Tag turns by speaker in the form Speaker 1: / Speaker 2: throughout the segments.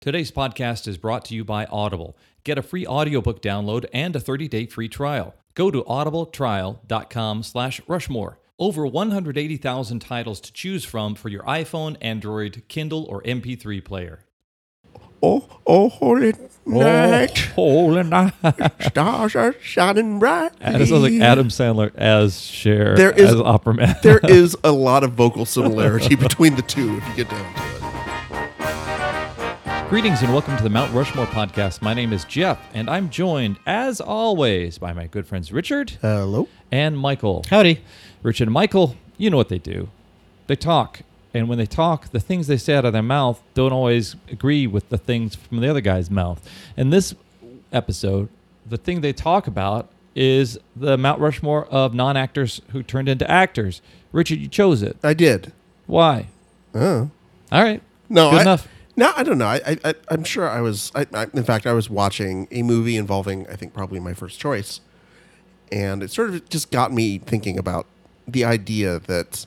Speaker 1: Today's podcast is brought to you by Audible. Get a free audiobook download and a 30-day free trial. Go to audibletrial.com slash rushmore. Over 180,000 titles to choose from for your iPhone, Android, Kindle, or MP3 player.
Speaker 2: Oh, oh, holy night,
Speaker 1: Oh, holy night.
Speaker 2: stars are shining bright.
Speaker 1: That sounds like Adam Sandler as Cher,
Speaker 2: There is-
Speaker 1: as Opera Man.
Speaker 2: there is a lot of vocal similarity between the two if you get down to it.
Speaker 1: Greetings and welcome to the Mount Rushmore podcast. My name is Jeff, and I'm joined, as always, by my good friends Richard
Speaker 2: Hello?
Speaker 1: and Michael.
Speaker 3: Howdy.
Speaker 1: Richard and Michael, you know what they do. They talk. And when they talk, the things they say out of their mouth don't always agree with the things from the other guy's mouth. In this episode, the thing they talk about is the Mount Rushmore of non actors who turned into actors. Richard, you chose it.
Speaker 2: I did.
Speaker 1: Why?
Speaker 2: Oh.
Speaker 1: All right.
Speaker 2: No,
Speaker 1: Good
Speaker 2: I,
Speaker 1: enough.
Speaker 2: No, I don't know. I, I, I, I'm sure I was. I, I, in fact, I was watching a movie involving, I think, probably my first choice, and it sort of just got me thinking about the idea that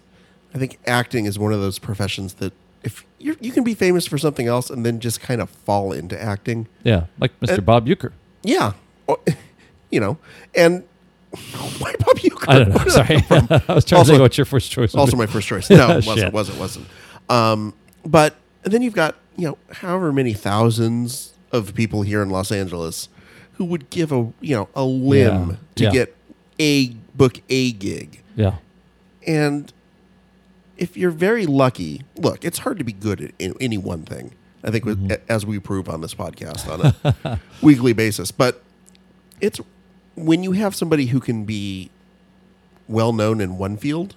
Speaker 2: I think acting is one of those professions that if you you can be famous for something else and then just kind of fall into acting.
Speaker 1: Yeah. Like Mr. Bob Euchre.
Speaker 2: Yeah, Or- you know, and why Bob Uecker?
Speaker 1: I don't know. Sorry. I was trying
Speaker 2: Also-
Speaker 1: to think what your first choice was.
Speaker 2: also my first choice. No, it
Speaker 1: Shit.
Speaker 2: wasn't, wasn't, wasn't. Um, but then you've got, you know, however many thousands of people here in Los Angeles who would give a, you know, a limb
Speaker 1: Yeah,
Speaker 2: to
Speaker 1: yeah.
Speaker 2: get a book a gig.
Speaker 1: Yeah.
Speaker 2: And if you're very lucky, look, it's hard to be good at in- any one thing. I think with, as we prove on this podcast on a weekly basis, but it's when you have somebody who can be well known in one field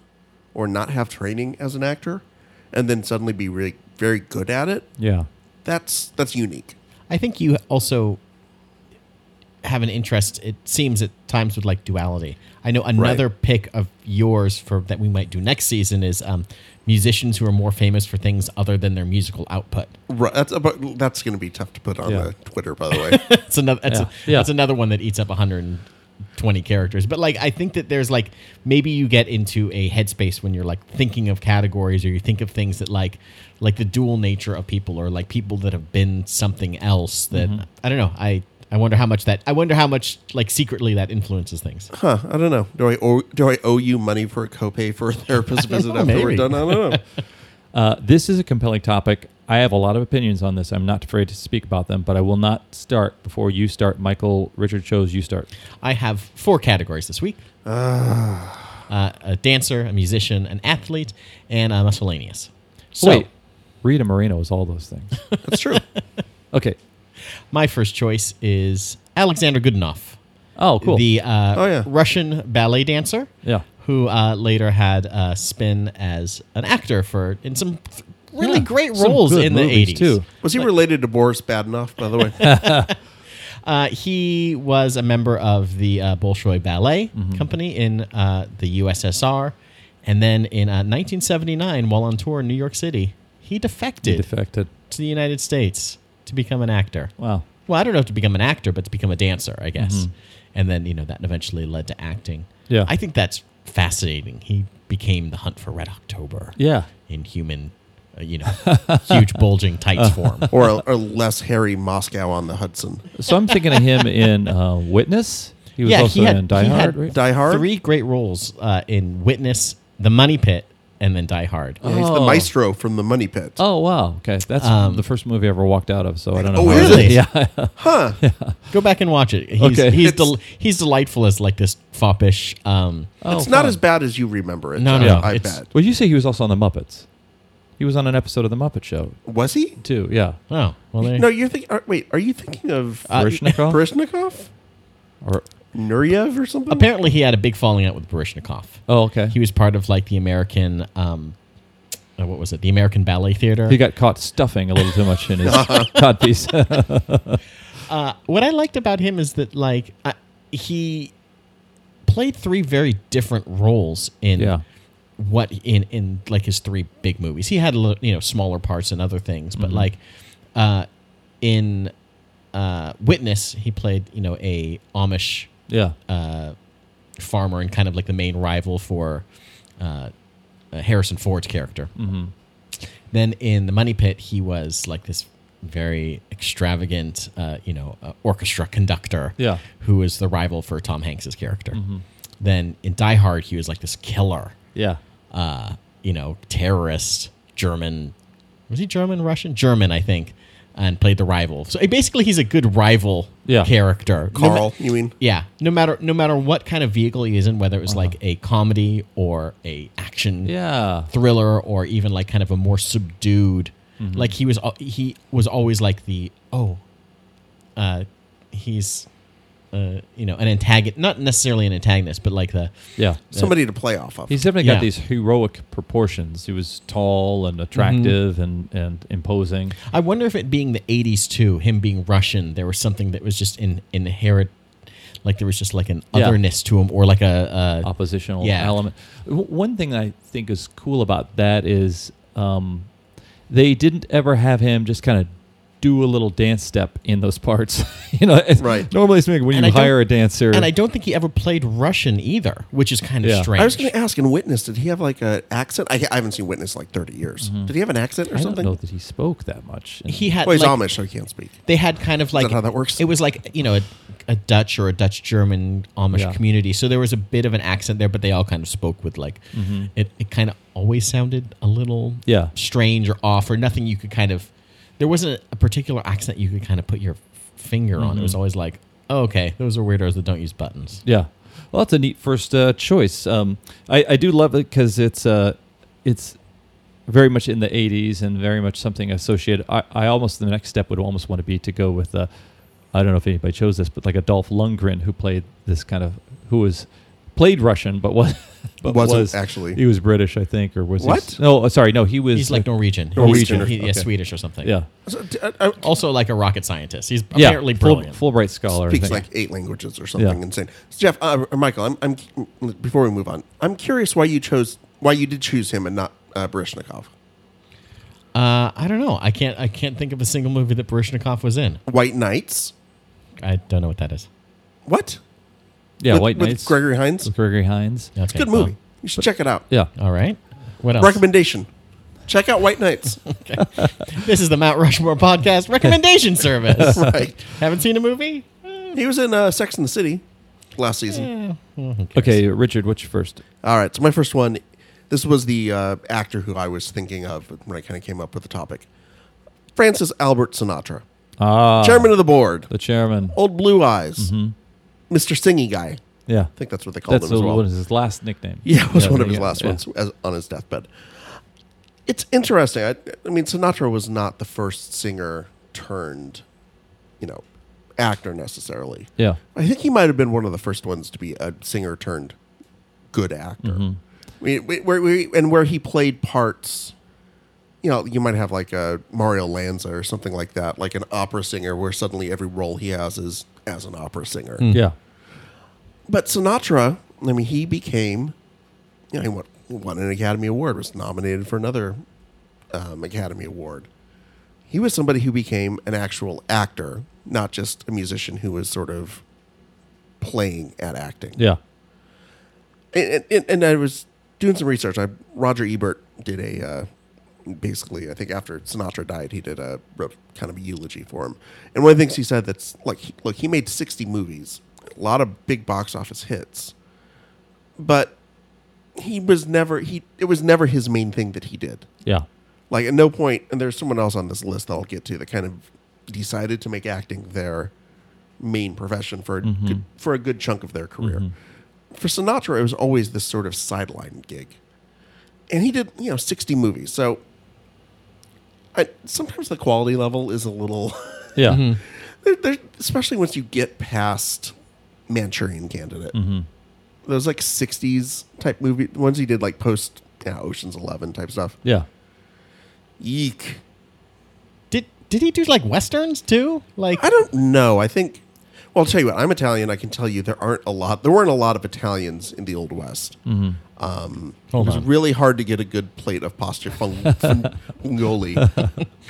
Speaker 2: or not have training as an actor and then suddenly be really very good at it,
Speaker 1: Yeah.
Speaker 2: that's that's unique.
Speaker 3: I think you also have an interest. It seems at times with like duality. I know another pick of yours for that we might do next season is um, musicians who are more famous for things other than their musical output.
Speaker 2: Right, that's about, that's going to be tough to put on
Speaker 1: Yeah.
Speaker 2: the Twitter, by the way.
Speaker 3: That's another. That's,
Speaker 1: Yeah.
Speaker 3: A,
Speaker 1: Yeah.
Speaker 3: that's another one that eats up 120 characters. But like, I think that there's like maybe you get into a headspace when you're like thinking of categories, or you think of things that like like the dual nature of people, or like people that have been something else. That
Speaker 1: Mm-hmm.
Speaker 3: I don't know. I I wonder how much that I wonder how much like secretly that influences things.
Speaker 2: Huh, I don't know. Do I owe, do I owe you money for a copay for a therapist visit
Speaker 3: know,
Speaker 2: after we're
Speaker 3: maybe.
Speaker 2: done? I don't know.
Speaker 1: Uh, this is a compelling topic. I have a lot of opinions on this. I'm not afraid to speak about them, but I will not start before you start. Michael, Richard chose you start.
Speaker 3: I have four categories this week. Uh, a dancer, a musician, an athlete, and a miscellaneous. So,
Speaker 1: Wait, Rita Moreno is all those things.
Speaker 2: That's true.
Speaker 1: Okay.
Speaker 3: my first choice is Alexander Goodenough.
Speaker 1: Oh, cool.
Speaker 3: the uh,
Speaker 2: Oh, yeah.
Speaker 3: Russian ballet dancer,
Speaker 1: yeah.
Speaker 3: who uh, later had a spin as an actor for in some really
Speaker 1: Yeah.
Speaker 3: great
Speaker 1: Some
Speaker 3: roles
Speaker 1: good
Speaker 3: in the
Speaker 1: movies,
Speaker 3: eighties.
Speaker 1: too.
Speaker 2: Was he related to Boris Badenoff, by the way?
Speaker 3: Uh, he was a member of the uh, Bolshoi Ballet
Speaker 1: Mm-hmm.
Speaker 3: Company in uh, the USSR, and then in uh, 1979, while on tour in New York City, he defected
Speaker 1: Defected.
Speaker 3: to the United States to become an actor.
Speaker 1: Wow.
Speaker 3: Well, I don't know if to become an actor, but to become a dancer, I guess. And then, you know, that eventually led to acting.
Speaker 1: Yeah.
Speaker 3: I think that's fascinating. He became the hunt for Red October
Speaker 1: Yeah.
Speaker 3: in human, uh, you know, huge bulging tights form.
Speaker 2: or a, a less hairy Moscow on the Hudson?
Speaker 1: So I'm thinking of him in uh, Witness. He was
Speaker 3: Yeah,
Speaker 1: also
Speaker 3: he had-
Speaker 1: in Die
Speaker 3: he had-
Speaker 1: Hard. right?
Speaker 2: Die Hard?
Speaker 3: Three great roles uh, in Witness, The Money Pit, and then Die Hard.
Speaker 2: He's the
Speaker 1: Oh.
Speaker 2: maestro from the Money Pit.
Speaker 1: Oh wow! Okay, that's the first movie I ever walked out of, so I don't know.
Speaker 2: Oh,
Speaker 1: how-
Speaker 3: really?
Speaker 1: Yeah,
Speaker 3: Go back and watch it. He's,
Speaker 1: Okay.
Speaker 3: he's,
Speaker 2: It's-
Speaker 3: del- he's delightful as like this foppish. Um,
Speaker 1: Oh,
Speaker 2: it's not as bad as you remember it.
Speaker 3: No,
Speaker 2: John,
Speaker 3: no,
Speaker 2: I
Speaker 3: it's-
Speaker 2: bet.
Speaker 1: Well, you say he was also on the Muppets. He was on an episode of the Muppet Show
Speaker 2: Was he?
Speaker 1: too. Yeah,
Speaker 3: oh, well, there,
Speaker 2: No, you're thinking. Are, wait, are you thinking of
Speaker 1: Barishnikov?
Speaker 2: Barishnikov?
Speaker 1: Or
Speaker 2: Nureyev or something?
Speaker 3: apparently he had a big falling out with Barishnikov.
Speaker 1: oh, okay.
Speaker 3: he was part of like the American, um, uh, what was it? The American Ballet Theater.
Speaker 1: He got caught stuffing a little too much in his codpiece.
Speaker 3: Uh, what I liked about him is that like I, he played three very different roles in
Speaker 1: yeah,
Speaker 3: what in in like his three big movies. He had a little, you know smaller parts and other things,
Speaker 1: Mm-hmm.
Speaker 3: but like uh, in uh, Witness, he played you know a Amish uh,
Speaker 1: yeah,
Speaker 3: farmer and kind of like the main rival for uh, uh, Harrison Ford's character. Mm-hmm. Then in The Money Pit, he was like this very extravagant, uh, you know, uh, orchestra conductor
Speaker 1: Yeah. Mm-hmm.
Speaker 3: who is the rival for Tom Hanks's character. Then in Die Hard, he was like this killer,
Speaker 1: Yeah.
Speaker 3: uh, you know, terrorist German. Was he German, Russian, German? I think, and played the rival. So eh, basically, he's a good rival
Speaker 1: Yeah.
Speaker 3: character. No ma-
Speaker 2: Carl, you mean?
Speaker 3: yeah, no matter no matter what kind of vehicle he is in, whether it
Speaker 1: Uh-huh.
Speaker 3: was like a comedy or a action
Speaker 1: Yeah.
Speaker 3: thriller or even like kind of a more subdued
Speaker 2: Mm-hmm.
Speaker 3: like he was al- he was always like the oh uh he's uh you know an antagonist not necessarily an antagonist but like the
Speaker 1: Yeah.
Speaker 2: Somebody to play off of.
Speaker 1: He's definitely
Speaker 3: Yeah. Mm-hmm.
Speaker 1: got these heroic proportions. He was tall and attractive and, and imposing.
Speaker 3: i wonder if it being the 80s too him being russian there was something that was just in inherent like there was just like an
Speaker 1: Yeah.
Speaker 3: otherness to him or like a, a
Speaker 1: oppositional
Speaker 3: Yeah.
Speaker 1: element. W- one thing I think is cool about that is um, they didn't ever have him just kind of do a little dance step in those parts. you know, it's-
Speaker 2: Right.
Speaker 1: Normally, it's like when
Speaker 3: And I
Speaker 1: you
Speaker 3: don't-
Speaker 1: hire a dancer,
Speaker 3: and i don't think he ever played russian either which is kind of
Speaker 1: Yeah.
Speaker 3: strange
Speaker 2: I was going to ask in Witness, did he have like an accent? I, I haven't seen Witness in like 30 years. Did he have an accent or
Speaker 1: I don't
Speaker 2: something?
Speaker 1: know that he spoke that much. And-
Speaker 3: he had
Speaker 2: Well, he's
Speaker 3: like,
Speaker 2: Amish, so he can't speak.
Speaker 3: they had kind of like
Speaker 2: that how that works?
Speaker 3: It was like you know a, a Dutch or a Dutch German Amish
Speaker 1: Yeah.
Speaker 3: community, so there was a bit of an accent there, but they all kind of spoke with like it. It kind of always sounded a little
Speaker 1: Mm-hmm. Yeah.
Speaker 3: strange or off or nothing. You could kind of there wasn't a particular accent you could kind of put your finger on. It
Speaker 1: Mm-hmm.
Speaker 3: was always like oh, okay, those are weirdos that don't use buttons.
Speaker 1: Yeah. Well, that's a neat first uh, choice. Um, I, I do love it because it's uh, it's very much in the 80s and very much something associated. I, I almost, the next step would almost want to be to go with, uh, I don't know if anybody chose this, but like a Dolph Lundgren who played this kind of, who was, played Russian, but was, but
Speaker 2: Wasn't
Speaker 1: was,
Speaker 2: actually.
Speaker 1: He was British, I think, or was he
Speaker 2: What?
Speaker 1: s- no, uh, sorry, no, he was.
Speaker 3: He's like Norwegian, He's-
Speaker 1: Norwegian.
Speaker 3: he- yeah,
Speaker 1: Okay.
Speaker 3: Swedish or something.
Speaker 1: Yeah.
Speaker 2: So, d- uh, I- I-
Speaker 3: Also, like a rocket scientist. He's
Speaker 1: Yeah.
Speaker 3: apparently
Speaker 1: Full-
Speaker 3: brilliant.
Speaker 1: Fulbright scholar. I
Speaker 2: speaks
Speaker 1: think.
Speaker 2: like eight languages or something
Speaker 1: Yeah.
Speaker 2: insane. So Jeff uh, or Michael, I'm, I'm before we move on, I'm curious why you chose why you did choose him and not uh, Barishnikov.
Speaker 3: Uh, I don't know. I can't. I can't think of a single movie that Barishnikov was in.
Speaker 2: White Knights.
Speaker 3: I don't know what that is.
Speaker 2: What?
Speaker 1: yeah,
Speaker 2: with,
Speaker 1: White
Speaker 2: with
Speaker 1: Knights.
Speaker 2: Gregory Hines.
Speaker 1: with Gregory Hines.
Speaker 3: Okay,
Speaker 2: It's a good
Speaker 3: well,
Speaker 2: movie. You should check it out.
Speaker 1: Yeah.
Speaker 3: all right. What else?
Speaker 2: Recommendation. Check out White Knights.
Speaker 3: this is the Mount Rushmore podcast recommendation service.
Speaker 2: right.
Speaker 3: Haven't seen a movie?
Speaker 2: He was in uh, Sex and the City last season.
Speaker 1: Okay, Richard, what's your first?
Speaker 2: All right. So my first one, this was the uh, actor who I was thinking of when I kind of came up with the topic. Francis Albert Sinatra,
Speaker 1: Ah,
Speaker 2: chairman of the board,
Speaker 1: the chairman.
Speaker 2: old blue eyes, Mr. Singy guy. I
Speaker 1: Yeah.
Speaker 2: think that's what they called
Speaker 1: Mm-hmm. That's
Speaker 2: him as
Speaker 1: the-
Speaker 2: well.
Speaker 1: what is his last nickname.
Speaker 2: Yeah, it was one of
Speaker 1: yeah,
Speaker 2: his last
Speaker 1: yeah.
Speaker 2: ones as, on his deathbed. It's interesting. I, I mean, Sinatra was not the first singer turned, you know, actor necessarily.
Speaker 1: Yeah.
Speaker 2: I think he might have been one of the first ones to be a singer turned good actor. I mean, we, where we, and where he played parts, you know, you might have like a Mario Lanza or something like that, like an opera singer, where suddenly every role he has is as an opera singer.
Speaker 1: Yeah.
Speaker 2: But Sinatra, I mean, he became, you know, he won, he won an Academy Award, was nominated for another um, Academy Award. He was somebody who became an actual actor, not just a musician who was sort of playing at acting.
Speaker 1: Yeah.
Speaker 2: And, and, and I was doing some research. I Roger Ebert did a uh, basically, I think after Sinatra died, he did a wrote kind of a eulogy for him. And one of the things he said that's like, he, look, he made sixty movies, a lot of big box office hits, but he was never he. It was never his main thing that he did.
Speaker 1: Yeah.
Speaker 2: Like at no point, and there's someone else on this list that I'll get to that kind of decided to make acting their main profession for a good, for a good chunk of their career. For Sinatra, it was always this sort of sideline gig, and he did you know 60 movies. So I, sometimes the quality level is a little,
Speaker 1: Yeah.
Speaker 2: there, there, especially once you get past Manchurian Candidate. Those like 60s type movie ones he did like post yeah, Ocean's Eleven type stuff.
Speaker 1: Yeah.
Speaker 2: Yeek.
Speaker 3: Did Did he do like westerns too? Like
Speaker 2: I don't know. I think. Well, I'll tell you what. I'm Italian. I can tell you there aren't a lot. There weren't a lot of Italians in the Old West.
Speaker 3: Mm-hmm.
Speaker 2: Um,
Speaker 3: hold
Speaker 2: it was
Speaker 3: on.
Speaker 2: really hard to get a good plate of pasta fung- fungoli.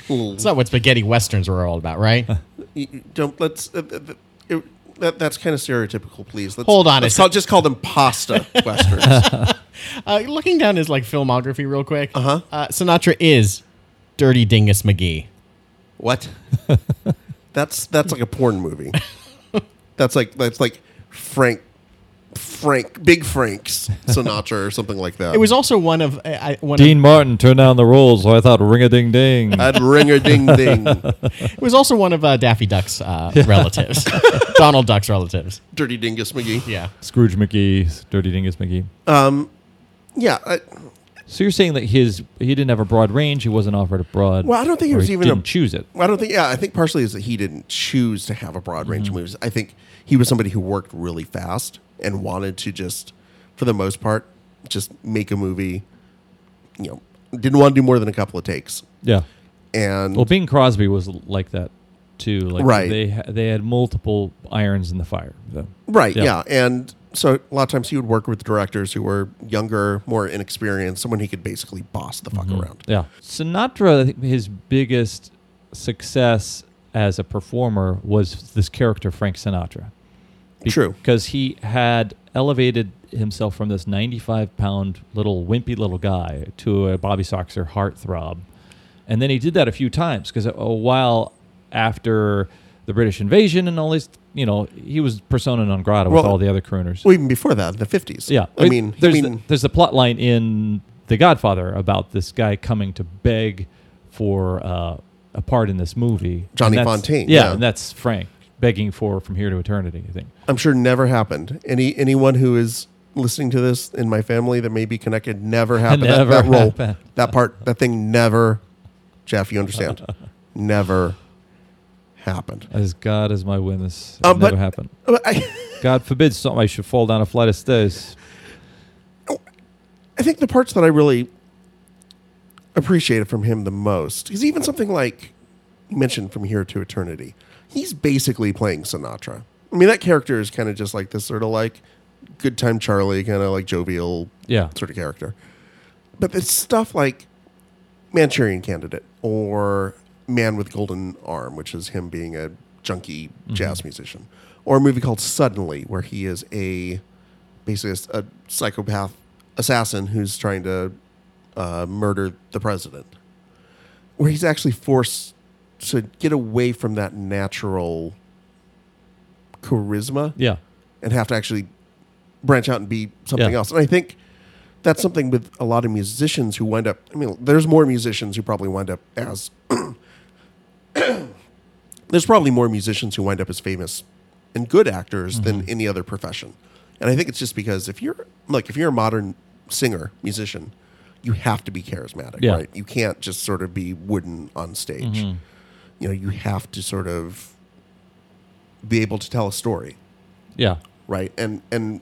Speaker 3: It's not what spaghetti westerns were all about, right?
Speaker 2: You- you don't let's. Uh, uh, it, that, that's kind of stereotypical. Please. Let's,
Speaker 3: Hold on a
Speaker 2: Let's
Speaker 3: sec-
Speaker 2: call, just call them pasta westerns.
Speaker 3: uh, looking down his like filmography real quick. Uh-huh. Uh Sinatra is Dirty Dingus McGee.
Speaker 2: What? that's that's like a porn movie. That's like that's like Frank Frank Big Frank's Sinatra or something like that.
Speaker 3: It was also one of I, I- one. of-
Speaker 1: Dean Martin turned down the rules, so I thought ring a ding ding.
Speaker 2: I'd ring a ding ding.
Speaker 3: it was also one of uh, Daffy Duck's uh, relatives, Donald Duck's relatives.
Speaker 2: Dirty Dingus McGee.
Speaker 3: Yeah.
Speaker 1: Scrooge McGee, Dirty Dingus McGee.
Speaker 2: Yeah. I,
Speaker 1: So you're saying that his he didn't have a broad range. He wasn't offered a broad.
Speaker 2: Well, I don't think it
Speaker 1: or
Speaker 2: was
Speaker 1: he
Speaker 2: even a-
Speaker 1: didn't choose it.
Speaker 2: I don't think. Yeah, I think partially is that he didn't choose to have a broad range
Speaker 1: Mm-hmm.
Speaker 2: of moves. I think he was somebody who worked really fast and wanted to just, for the most part, just make a movie. You know, didn't want to do more than a couple of takes.
Speaker 1: Yeah.
Speaker 2: And
Speaker 1: Well, Bing Crosby was l- like that too. Like
Speaker 2: Right.
Speaker 1: They ha- they had multiple irons in the fire. though.
Speaker 2: right,
Speaker 1: yeah.
Speaker 2: yeah. and so a lot of times he would work with directors who were younger, more inexperienced, someone he could basically boss the fuck around.
Speaker 1: Yeah. Sinatra, I think his biggest success as a performer was this character Frank Sinatra.
Speaker 2: True.
Speaker 1: Because he had elevated himself from this 95 pound little wimpy little guy to a Bobby Soxer heartthrob. And then he did that a few times because a a while after the British invasion and all these, you know, he was persona non grata with
Speaker 2: Well-
Speaker 1: all the other crooners.
Speaker 2: Well, even before that, the fifties.
Speaker 1: Yeah,
Speaker 2: I mean,
Speaker 1: there's
Speaker 2: I
Speaker 1: the-
Speaker 2: mean,
Speaker 1: there's the plot line in The Godfather about this guy coming to beg for uh, a part in this movie. And
Speaker 2: Johnny
Speaker 1: that's-
Speaker 2: Fontaine,
Speaker 1: Yeah,
Speaker 2: yeah.
Speaker 1: and that's Frank begging for from here to eternity. I think.
Speaker 2: I'm sure never happened. Any anyone who is listening to this in my family that may be connected never happened.
Speaker 1: Never
Speaker 2: that, that role,
Speaker 1: happened.
Speaker 2: that part, that thing never. Jeff, you understand? never happened.
Speaker 1: As God is my witness, it
Speaker 2: Um,
Speaker 1: never
Speaker 2: but-
Speaker 1: happened.
Speaker 2: But I,
Speaker 1: God forbid something I should fall down a flight of stairs.
Speaker 2: I think the parts that I really appreciated from him the most is even something like you mentioned from here to eternity. He's basically playing Sinatra. I mean, that character is kind of just like this sort of like good time Charlie, kind of like jovial
Speaker 1: Yeah,
Speaker 2: sort of character. But it's stuff like Manchurian Candidate or Man with Golden Arm, which is him being a junkie jazz musician, or a movie called Suddenly, where he is a basically a s- a, psychopath assassin who's trying to uh, murder the president, where he's actually forced to get away from that natural charisma
Speaker 1: yeah,
Speaker 2: and have to actually branch out and be something
Speaker 1: Yeah.
Speaker 2: else. And I think that's something with a lot of musicians who wind up. I mean, there's more musicians who probably wind up as. there's probably more musicians who wind up as famous and good actors than
Speaker 1: Mm-hmm.
Speaker 2: any other profession. And I think it's just because if you're like if you're a modern singer musician, you have to be charismatic,
Speaker 1: Yeah. Mm-hmm.
Speaker 2: right? You can't just sort of be wooden on stage. You know, you have to sort of be able to tell a story
Speaker 1: yeah.
Speaker 2: right? And and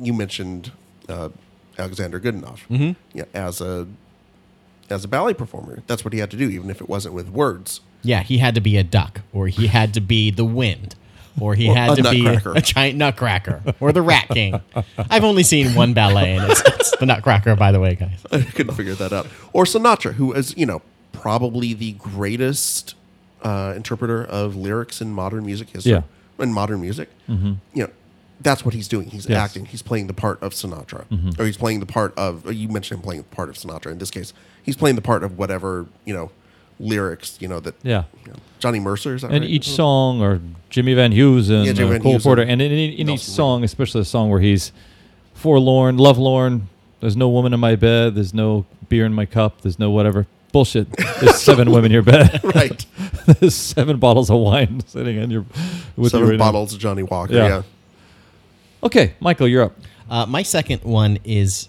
Speaker 2: you mentioned uh, Alexander Goodenough, yeah, as a as a ballet performer. That's what he had to do, even if it wasn't with words.
Speaker 3: Yeah, he had to be a duck, or he had to be the wind, or he
Speaker 2: Or
Speaker 3: had
Speaker 2: a
Speaker 3: to be
Speaker 2: nutcracker.
Speaker 3: a giant nutcracker, or the Rat King. I've only seen one ballet, and it's, it's the Nutcracker. By the way, guys.
Speaker 2: I couldn't figure that out. Or Sinatra, who is you know probably the greatest uh, interpreter of lyrics in modern music history.
Speaker 1: Yeah.
Speaker 2: In modern music, you know. That's what he's doing. He's
Speaker 1: Yes.
Speaker 2: acting. He's playing the part of Sinatra, or he's playing the part of. or You mentioned him playing the part of Sinatra. In this case, he's playing the part of whatever you know, lyrics you know that
Speaker 1: Yeah.
Speaker 2: you know, Johnny Mercer is that
Speaker 1: And
Speaker 2: right?
Speaker 1: each song, or Jimmy Van Heusen,
Speaker 2: Yeah, Jimmy
Speaker 1: or
Speaker 2: Van
Speaker 1: Cole
Speaker 2: Heusen,
Speaker 1: Porter, and in, in, in each
Speaker 2: Nelson
Speaker 1: song, especially the song where he's forlorn, lovelorn, there's no woman in my bed, there's no beer in my cup, there's no whatever. Bullshit. There's seven women in your bed.
Speaker 2: right
Speaker 1: there's seven bottles of wine sitting in your with you
Speaker 2: seven
Speaker 1: right now.
Speaker 2: bottles of Johnny Walker.
Speaker 1: Yeah.
Speaker 2: Yeah.
Speaker 1: Okay, Michael, you're up.
Speaker 3: Uh, my second one is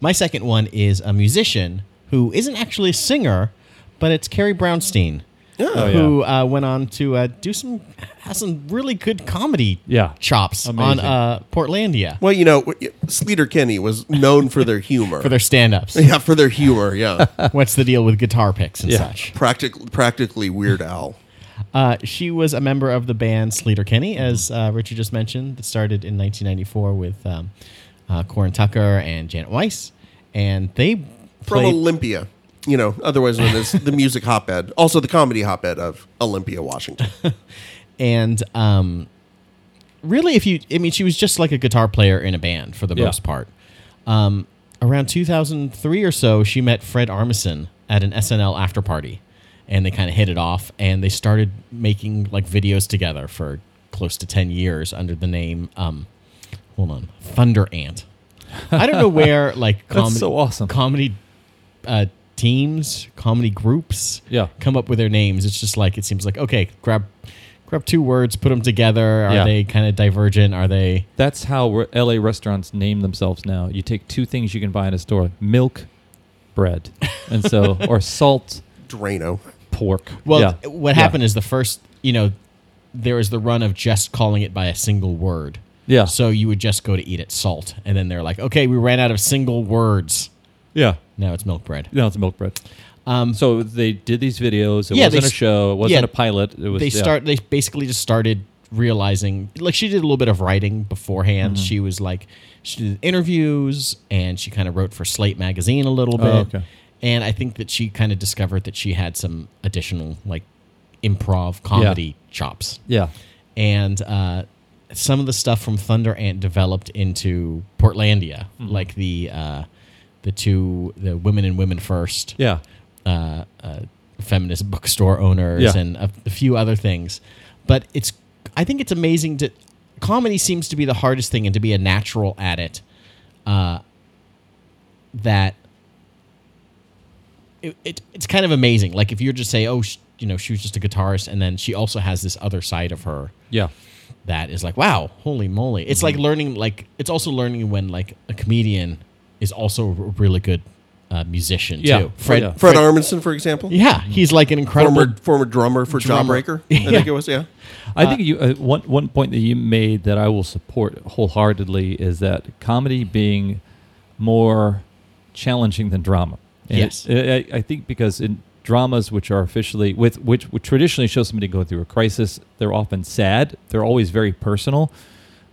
Speaker 3: my second one is a musician who isn't actually a singer, but it's Carrie Brownstein,
Speaker 1: Oh, yeah.
Speaker 3: who uh, went on to uh, do some has some really good comedy
Speaker 1: Yeah.
Speaker 3: chops on
Speaker 1: Amazing.
Speaker 3: uh, Portlandia
Speaker 2: Well, you know, Sleater Kinney was known for their humor.
Speaker 3: for their stand-ups.
Speaker 2: yeah, for their humor. Yeah,
Speaker 3: What's the deal with guitar picks and
Speaker 1: Yeah.
Speaker 3: such?
Speaker 2: practically practically Weird Al.
Speaker 3: Uh, she was a member of the band Sleater-Kinney, as uh, Richard just mentioned, that started in 1994 with um, uh, Corin Tucker and Janet Weiss, and they
Speaker 2: from
Speaker 3: played-
Speaker 2: Olympia. You know, otherwise known as the music hotbed, also the comedy hotbed of Olympia, Washington.
Speaker 3: and um, really, if you, I mean, she was just like a guitar player in a band for the
Speaker 1: Yeah.
Speaker 3: most part. Um, around 2003 or so, she met Fred Armisen at an SNL after party, and they kind of hit it off and they started making like videos together for close to 10 years under the name um hold on thunder ant i don't know where like
Speaker 1: That's
Speaker 3: comedy,
Speaker 1: so awesome.
Speaker 3: comedy uh teams comedy groups
Speaker 1: Yeah.
Speaker 3: come up with their names it's just like it seems like okay grab grab two words put them together are
Speaker 1: Yeah.
Speaker 3: they kind of divergent are they
Speaker 1: That's how re- LA restaurants name themselves now. You take two things you can buy in a store: milk, bread, and so or salt,
Speaker 2: Drano.
Speaker 1: pork.
Speaker 3: Well,
Speaker 1: Yeah.
Speaker 3: th- what
Speaker 1: Yeah.
Speaker 3: happened is the first, you know, there was the run of just calling it by a single word.
Speaker 1: Yeah.
Speaker 3: So you would just go to eat at Salt, and then they're like, okay, we ran out of single words.
Speaker 1: Yeah.
Speaker 3: Now it's milk bread.
Speaker 1: No, it's milk bread.
Speaker 3: Um,
Speaker 1: So they did these videos. It
Speaker 3: Yeah, they
Speaker 1: wasn't a
Speaker 3: s-
Speaker 1: show. It wasn't
Speaker 3: yeah.
Speaker 1: a pilot. It was
Speaker 3: they
Speaker 1: yeah.
Speaker 3: start. They basically just started realizing. Like she did a little bit of writing beforehand.
Speaker 1: Mm-hmm.
Speaker 3: She was like, she did interviews, and she kind of wrote for Slate magazine a little bit.
Speaker 1: Oh, okay.
Speaker 3: And I think that she kind of discovered that she had some additional like improv comedy chops.
Speaker 1: Yeah.
Speaker 3: and uh, some of the stuff from Thunder Ant developed into Portlandia,
Speaker 1: Mm-hmm.
Speaker 3: like the uh, the two the women and women first
Speaker 1: Yeah.
Speaker 3: uh, uh, feminist bookstore owners
Speaker 1: Yeah.
Speaker 3: and a, a few other things. But it's I think it's amazing to comedy seems to be the hardest thing and to be a natural at it. Uh, that it, it it's kind of amazing. Like if you're just say oh sh- you know she was just a guitarist and then she also has this other side of her
Speaker 1: Yeah.
Speaker 3: that is like wow holy moly it's
Speaker 1: Mm-hmm.
Speaker 3: like learning like it's also learning when like a comedian is also a really good uh, musician
Speaker 1: Yeah.
Speaker 3: too fred
Speaker 1: Oh, yeah.
Speaker 2: Fred Armisen, for example.
Speaker 3: yeah he's like an incredible
Speaker 2: Former former drummer for
Speaker 3: Drummer.
Speaker 2: Jawbreaker. I think it was, yeah.
Speaker 1: I think you uh, one one point that you made that I will support wholeheartedly is that comedy being more challenging than drama. And
Speaker 3: Yes.
Speaker 1: it- I, I think because in dramas which are officially with which, which traditionally show somebody going through a crisis, they're often sad. They're always very personal.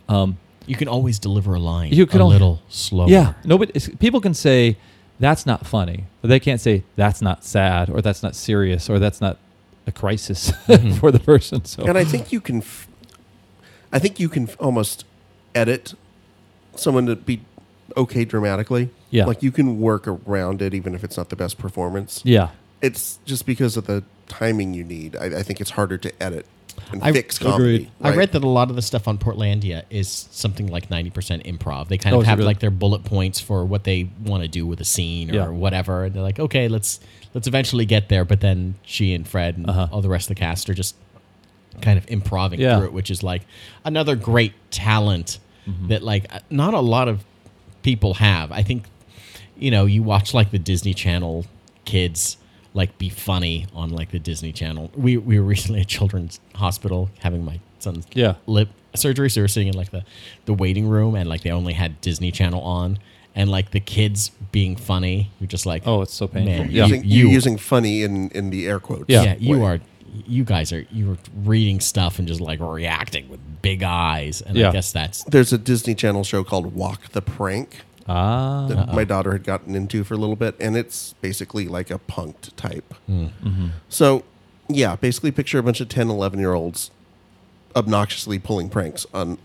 Speaker 3: you can always deliver a line
Speaker 1: You can
Speaker 3: a
Speaker 1: al-
Speaker 3: little slower
Speaker 1: Yeah, nobody. it's- People can say that's not funny, but they can't say that's not sad or that's not serious or that's not a crisis for the person. So
Speaker 3: Oh.
Speaker 2: And I think you can, f- I think you can f- almost edit someone to be okay dramatically.
Speaker 1: Yeah.
Speaker 2: like you can work around it, even if it's not the best performance.
Speaker 1: yeah,
Speaker 2: It's just because of the timing you need. I, I think it's harder to edit and
Speaker 3: I-
Speaker 2: fix comedy.
Speaker 1: Agreed.
Speaker 3: I
Speaker 2: right?
Speaker 3: read that a lot of the stuff on Portlandia is something like 90% improv. They kind
Speaker 1: Oh,
Speaker 3: of
Speaker 1: is it
Speaker 3: have
Speaker 1: really?
Speaker 3: like their bullet points for what they want to do with a scene or
Speaker 1: Yeah.
Speaker 3: whatever. And they're like, okay, let's let's eventually get there. But then she and Fred and all the rest of the cast are just kind of improving
Speaker 1: Uh-huh. Yeah.
Speaker 3: through it, which is like another great talent
Speaker 1: Mm-hmm.
Speaker 3: that like uh, not a lot of people have. I think you know, you watch like the Disney Channel kids like be funny on like the Disney Channel. We we were recently at children's hospital having my son's
Speaker 1: Yeah.
Speaker 3: lip surgery, so we were sitting in like the the waiting room and like they only had Disney Channel on and like the kids being funny, you're just like
Speaker 1: Oh, it's so painful.
Speaker 3: Man,
Speaker 1: Yeah.
Speaker 2: Using, you
Speaker 3: You-
Speaker 2: using funny in in the air quotes.
Speaker 1: Yeah.
Speaker 3: yeah, you
Speaker 2: way.
Speaker 3: are you guys are you are reading stuff and just like reacting with big eyes and
Speaker 1: Yeah.
Speaker 3: I guess that's
Speaker 2: There's a Disney Channel show called Walk the Prank
Speaker 1: ah,
Speaker 2: that my daughter had gotten into for a little bit, and it's basically like a punked type.
Speaker 3: Mm.
Speaker 2: So, yeah, basically picture a bunch of 10, 11 year olds obnoxiously pulling pranks on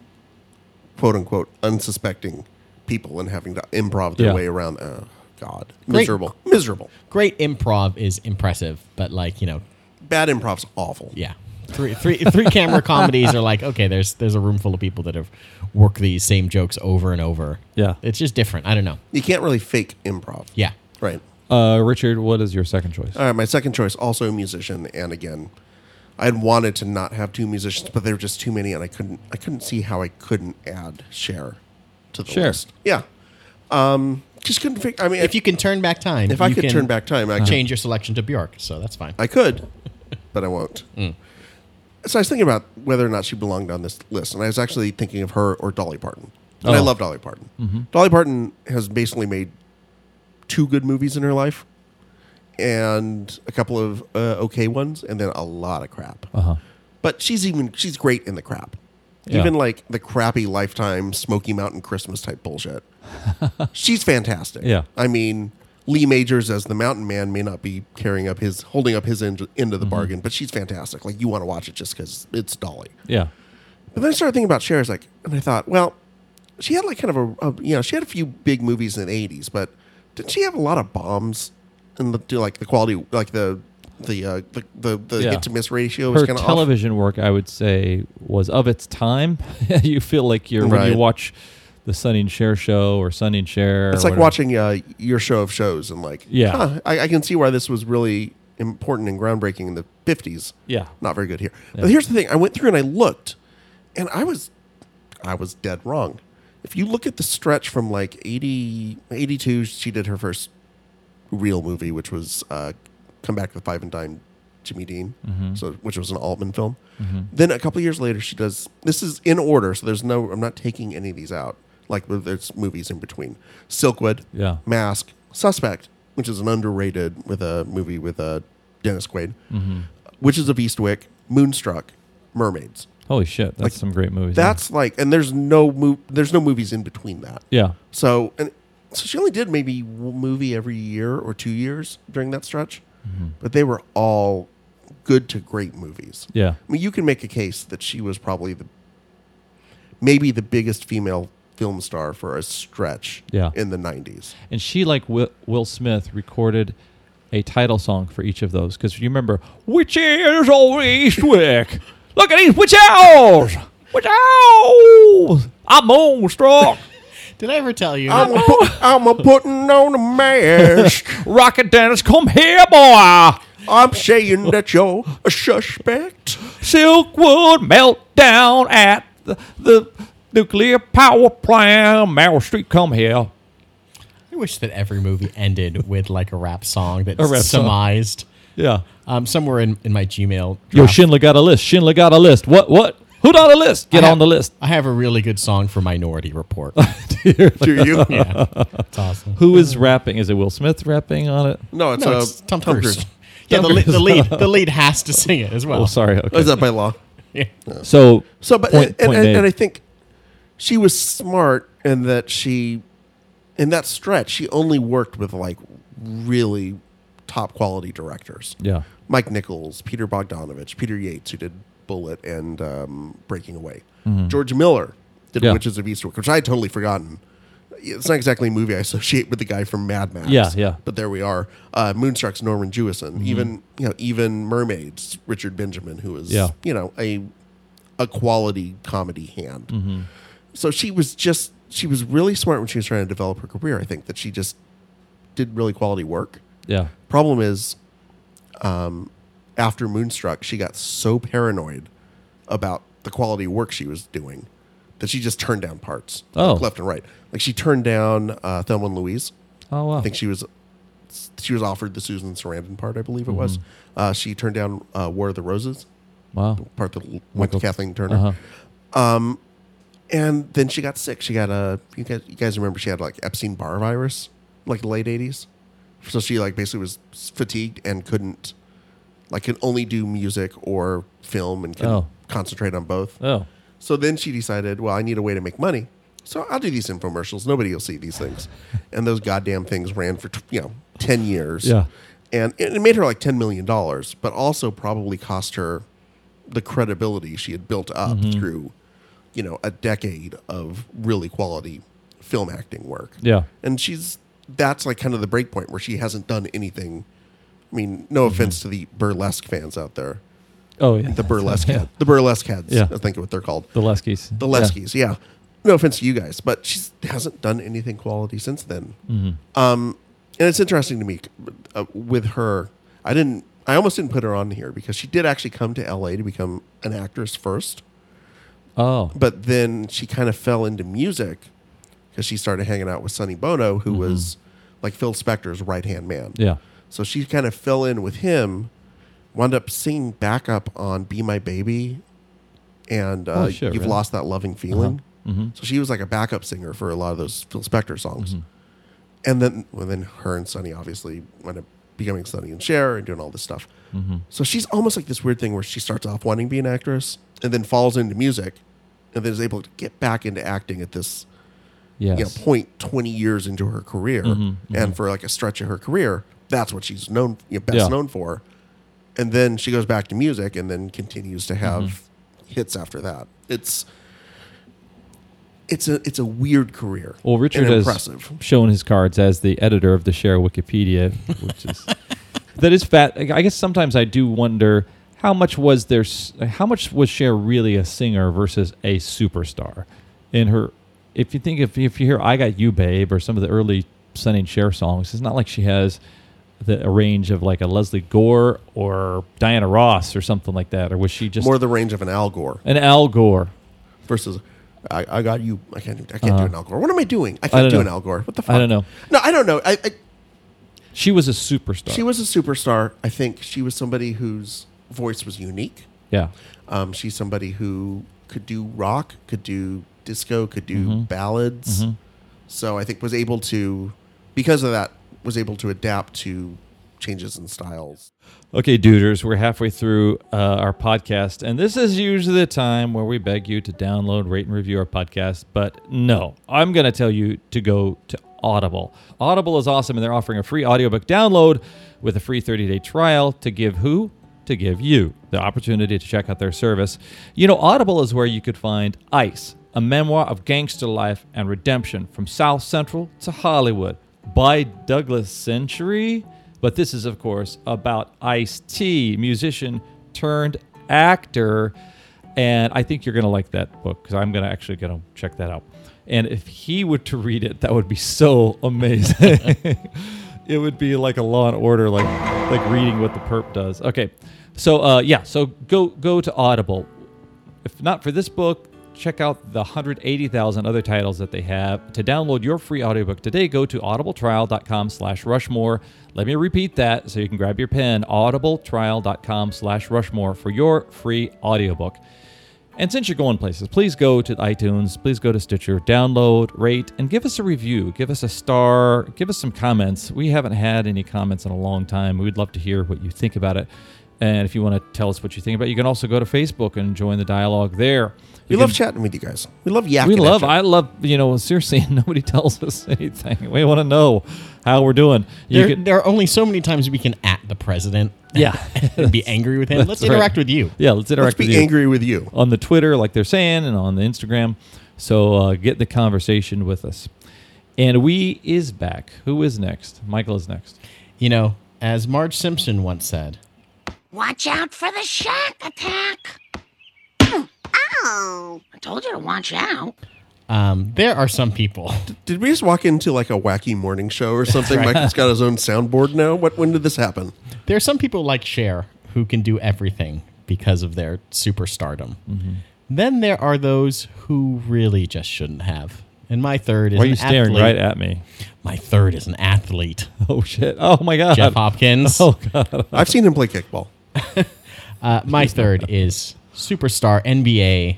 Speaker 2: quote unquote unsuspecting people and having to improv their
Speaker 1: Yeah.
Speaker 2: way around. Oh, God.
Speaker 3: Great.
Speaker 2: Miserable. Miserable.
Speaker 3: great improv is impressive, but like, you know,
Speaker 2: Bad improv's awful.
Speaker 3: yeah three three three camera comedies are like okay there's there's a room full of people that have worked these same jokes over and over
Speaker 1: Yeah.
Speaker 3: it's just different i don't know
Speaker 2: You can't really fake improv.
Speaker 3: yeah
Speaker 2: Right.
Speaker 1: Uh, Richard, what is your second choice?
Speaker 2: All right, my second choice, also a musician, and again, I had wanted to not have two musicians, but there were just too many, and I couldn't. I couldn't see how I couldn't add Cher to the
Speaker 1: Cher.
Speaker 2: list. Yeah, um, just couldn't. Fig- I mean,
Speaker 3: if you can turn back time
Speaker 2: if I
Speaker 3: you
Speaker 2: could
Speaker 3: can
Speaker 2: turn back time, I could,
Speaker 3: change your selection to bjork so that's fine
Speaker 2: I could, but I won't.
Speaker 1: Mm.
Speaker 2: So I was thinking about whether or not she belonged on this list, and I was actually thinking of her or Dolly Parton. And I
Speaker 1: Oh.
Speaker 2: love Dolly Parton. Dolly Parton has basically made two good movies in her life, and a couple of uh, okay ones, and then a lot of crap.
Speaker 1: Uh-huh.
Speaker 2: But she's even she's great in the crap,
Speaker 1: Yeah.
Speaker 2: even like the crappy Lifetime Smoky Mountain Christmas type bullshit. she's fantastic.
Speaker 1: Yeah.
Speaker 2: I mean, Lee Majors as the Mountain Man may not be carrying up his holding up his end, end
Speaker 1: Mm-hmm.
Speaker 2: of the bargain, but she's fantastic. Like you want to watch it just because it's Dolly.
Speaker 1: Yeah.
Speaker 2: But then I started thinking about Cher's like, and I thought, well, she had like kind of a, a you know she had a few big movies in the '80s, but didn't she have a lot of bombs and the do, like the quality like the the uh, the the, the
Speaker 1: Yeah.
Speaker 2: hit to miss ratio
Speaker 1: her
Speaker 2: is kind of off.
Speaker 1: television work, I would say, was of its time. you feel like you're when
Speaker 2: Right.
Speaker 1: you watch the Sunny and Cher show or Sunny and Cher. or
Speaker 2: It's like
Speaker 1: whatever.
Speaker 2: watching uh, your show of shows and like,
Speaker 1: Yeah.
Speaker 2: huh, I, I can see why this was really important and groundbreaking in the fifties.
Speaker 1: Yeah,
Speaker 2: Not very good here.
Speaker 1: Yeah.
Speaker 2: But here's the thing: I went through and I looked, and I was, I was dead wrong. If you look at the stretch from like 80, 82, she did her first real movie, which was uh, Come Back with Five and Dime Jimmy Dean, so which was an Altman film. Then a couple of years later, she does. This is in order, so there's no. I'm not taking any of these out. Like there's movies in between. Silkwood,
Speaker 1: yeah,
Speaker 2: Mask, Suspect, which is an underrated with a movie with uh, Dennis Quaid,
Speaker 1: Mm-hmm.
Speaker 2: Witches of Eastwick, Moonstruck, Mermaids.
Speaker 1: holy shit, that's
Speaker 2: Like,
Speaker 1: some great movies. yeah.
Speaker 2: That's like, and there's no mo- there's no movies in between that.
Speaker 1: yeah,
Speaker 2: So and so she only did maybe one movie every year or two years during that stretch,
Speaker 1: Mm-hmm.
Speaker 2: but they were all good to great movies.
Speaker 1: yeah,
Speaker 2: I mean, you can make a case that she was probably the maybe the biggest female film star for a stretch
Speaker 1: Yeah.
Speaker 2: in the 90s.
Speaker 1: and she like Will, Will Smith recorded a title song for each of those because you remember witches of Eastwick. Look at these witch owls, witch owls. I'm moonstruck,
Speaker 3: Did I ever tell you?
Speaker 2: I'm
Speaker 3: that-
Speaker 2: a, put, I'm a putting on a mask.
Speaker 1: rocket dance. Come here, boy.
Speaker 2: I'm saying that you're a suspect.
Speaker 1: Silkwood meltdown at the, the nuclear power plant. Meryl Streep, come here.
Speaker 3: I wish that every movie ended with like a rap song that
Speaker 1: A rap song.
Speaker 3: surmised.
Speaker 1: Yeah.
Speaker 3: Um, somewhere in, in my Gmail.
Speaker 1: Yo,
Speaker 3: draft,
Speaker 1: Schindler got a list. Schindler got a list. What? What? Who on the list? Get
Speaker 3: I have-
Speaker 1: on the list.
Speaker 3: I have a really good song for Minority Report.
Speaker 2: Do you?
Speaker 3: yeah, it's awesome.
Speaker 1: Who is rapping? Is it Will Smith rapping on it?
Speaker 2: No, it's,
Speaker 3: No,
Speaker 2: uh,
Speaker 3: it's Tom,
Speaker 2: Tom
Speaker 3: Cruise.
Speaker 2: Cruise.
Speaker 3: Yeah,
Speaker 1: Tom
Speaker 3: the, li-
Speaker 1: Cruise.
Speaker 3: the lead the lead has to sing it as well.
Speaker 1: Oh, sorry.
Speaker 2: Oh,
Speaker 1: Okay.
Speaker 2: Is that by law?
Speaker 3: Yeah.
Speaker 1: So,
Speaker 2: So, but
Speaker 1: Point-
Speaker 2: and,
Speaker 1: point
Speaker 2: and,
Speaker 1: made.
Speaker 2: and I think she was smart in that she, in that stretch, she only worked with like really top quality directors.
Speaker 1: yeah,
Speaker 2: Mike Nichols, Peter Bogdanovich, Peter Yates, who did Bullet and um, Breaking Away. George Miller did
Speaker 1: Mm-hmm. Yeah.
Speaker 2: Witches of Eastwick, which I had totally forgotten. It's not exactly a movie I associate with the guy from Mad Max.
Speaker 1: Yeah, yeah. Mm-hmm.
Speaker 2: But there we are. Uh, Moonstruck's Norman Jewison. Even you know, even Mermaids, Richard Benjamin, who is
Speaker 1: Yeah.
Speaker 2: you know a a quality comedy hand.
Speaker 1: Mm-hmm.
Speaker 2: So she was just she was really smart when she was trying to develop her career. I think that she just did really quality work
Speaker 1: yeah,
Speaker 2: problem is um, after moonstruck she got so paranoid about the quality of work she was doing that she just turned down parts
Speaker 1: Oh.
Speaker 2: like left and right like she turned down uh, thelma and louise
Speaker 1: oh wow,
Speaker 2: i think she was she was offered the susan sarandon part i believe it was uh, she turned down uh, war of the roses
Speaker 1: wow,
Speaker 2: part that went
Speaker 1: Michael-
Speaker 2: to kathleen turner Um,
Speaker 1: uh-huh.
Speaker 2: and then she got sick she got a you guys, you guys remember she had like epstein barr virus like the late 80s so she like basically was fatigued and couldn't like could only do music or film and could
Speaker 1: Oh.
Speaker 2: concentrate on both
Speaker 1: oh
Speaker 2: so then she decided well i need a way to make money so i'll do these infomercials nobody will see these things and those goddamn things ran for tw- you know 10 years
Speaker 1: Yeah.
Speaker 2: and it it made her like $10 million but also probably cost her the credibility she had built up
Speaker 1: Mm-hmm.
Speaker 2: through you know a decade of really quality film acting work
Speaker 1: yeah,
Speaker 2: and she's that's like kind of the break point where she hasn't done anything i mean no offense to the burlesque fans out there
Speaker 1: oh Mm-hmm. yeah,
Speaker 2: the burlesque head, the burlesque heads
Speaker 1: Yeah.
Speaker 2: i think what they're called
Speaker 1: the Leskies,
Speaker 2: the leskies yeah. no offense to you guys but she hasn't done anything quality since then um, and it's interesting to me uh, with her i didn't i almost didn't put her on here because she did actually come to la to become an actress first
Speaker 1: Yeah. Oh,
Speaker 2: but then she kind of fell into music because she started hanging out with Sonny Bono, who was like Phil Spector's right hand man.
Speaker 1: yeah,
Speaker 2: So she kind of fell in with him, wound up singing backup on "Be My Baby," and uh,
Speaker 1: Oh, shit,
Speaker 2: "You've
Speaker 1: really? Uh-huh. Mm-hmm.
Speaker 2: Lost That Loving Feeling." So she was like a backup singer for a lot of those Phil Spector songs. And then, well, then her and Sonny obviously wound up becoming Sonny and Cher and doing all this stuff.
Speaker 1: Mm-hmm.
Speaker 2: So she's almost like this weird thing where she starts off wanting to be an actress and then falls into music, and then is able to get back into acting at this
Speaker 1: yes,
Speaker 2: you know, point 20 years into her career
Speaker 1: Mm-hmm,
Speaker 2: and for like a stretch of her career that's what she's known you know, best
Speaker 1: Yeah.
Speaker 2: known for and then she goes back to music and then continues
Speaker 1: Mm-hmm.
Speaker 2: to have hits after that it's it's a it's a weird career
Speaker 1: Well, Richard
Speaker 2: and
Speaker 1: has
Speaker 2: impressive
Speaker 1: shown his cards as the editor of the Share Wikipedia, which is that is fat. I guess sometimes I do wonder how much was there, s- how much was Cher really a singer versus a superstar in her? If you think if if you hear "I Got You, Babe" or some of the early Sonny Cher songs, it's not like she has the a range of like a Leslie Gore or Diana Ross or something like that. Or was she just
Speaker 2: More the range of an Al Gore
Speaker 1: an Al Gore?
Speaker 2: versus. I, I got you. I can't. do- I can't do an Al Gore. What am I doing? I
Speaker 1: Uh-huh. don't
Speaker 2: can't do
Speaker 1: know.
Speaker 2: an Al Gore. What the fuck?
Speaker 1: I don't know.
Speaker 2: No, I don't know. I, I
Speaker 1: She was a superstar.
Speaker 2: she was a superstar. I think she was somebody whose voice was unique.
Speaker 1: yeah,
Speaker 2: Um, she's somebody who could do rock, could do disco, could do ballads. So I think was able to, because of that, was able to adapt to changes in styles.
Speaker 1: Okay, duders, we're halfway through uh, our podcast, and this is usually the time where we beg you to download, rate, and review our podcast. But no, I'm going to tell you to go to Audible. Audible is awesome, and they're offering a free audiobook download with a free 30 day trial to give who? To give you the opportunity to check out their service. You know, Audible is where you could find Ice, a memoir of gangster life and redemption from South Central to Hollywood by Douglas Century. But this is, of course, about Ice T, musician turned actor. And I think you're going to like that book because I'm going to actually going to check that out. And if he were to read it, that would be so amazing. it would be like a Law and Order, like like reading what the perp does. Okay, so uh, yeah, so go go to Audible. If not for this book, check out the 180,000 other titles that they have. To download your free audiobook today, go to audibletrial.com slash rushmore. Let me repeat that so you can grab your pen, audibletrial.com slash rushmore for your free audiobook. And since you're going places, please go to iTunes, please go to Stitcher, download, rate, and give us a review. Give us a star, give us some comments. We haven't had any comments in a long time. We'd love to hear what you think about it. And if you want to tell us what you think about it, you can also go to Facebook and join the dialogue there.
Speaker 2: We
Speaker 1: You
Speaker 2: love
Speaker 1: can-
Speaker 2: chatting with you guys. We love yakking.
Speaker 1: we
Speaker 2: at
Speaker 1: love.
Speaker 2: you.
Speaker 1: I love. You know, seriously, nobody tells us anything. We want to know how we're doing. You
Speaker 3: There,
Speaker 1: can-
Speaker 3: there are only so many times we can at the president
Speaker 1: yeah,
Speaker 3: and be angry with him. Let's
Speaker 1: right.
Speaker 3: interact with you.
Speaker 1: yeah. Let's
Speaker 2: Let's
Speaker 1: interact. with
Speaker 2: be
Speaker 1: you.
Speaker 2: angry with you.
Speaker 1: on the Twitter, like they're saying, and on the Instagram. So uh, get the conversation with us. And we is back. Who is next? Michael is next.
Speaker 3: You know, as Marge Simpson once said,
Speaker 4: Watch out for the shark attack. Ow! I told you to watch out.
Speaker 3: um, there are some people.
Speaker 2: Did we just walk into like a wacky morning show or something? Michael's got his own soundboard now. What? When did this happen?
Speaker 3: There are some people like Cher who can do everything because of their superstardom.
Speaker 1: Mm-hmm.
Speaker 3: Then there are those who really just shouldn't have. And my third is
Speaker 1: Why are you
Speaker 3: an
Speaker 1: staring
Speaker 3: athlete.
Speaker 1: right at me?
Speaker 3: my third is an athlete,
Speaker 1: Oh shit! Oh my god!
Speaker 3: Jeff Hopkins.
Speaker 1: Oh,
Speaker 2: I've seen him play kickball.
Speaker 3: Uh, my third is superstar NBA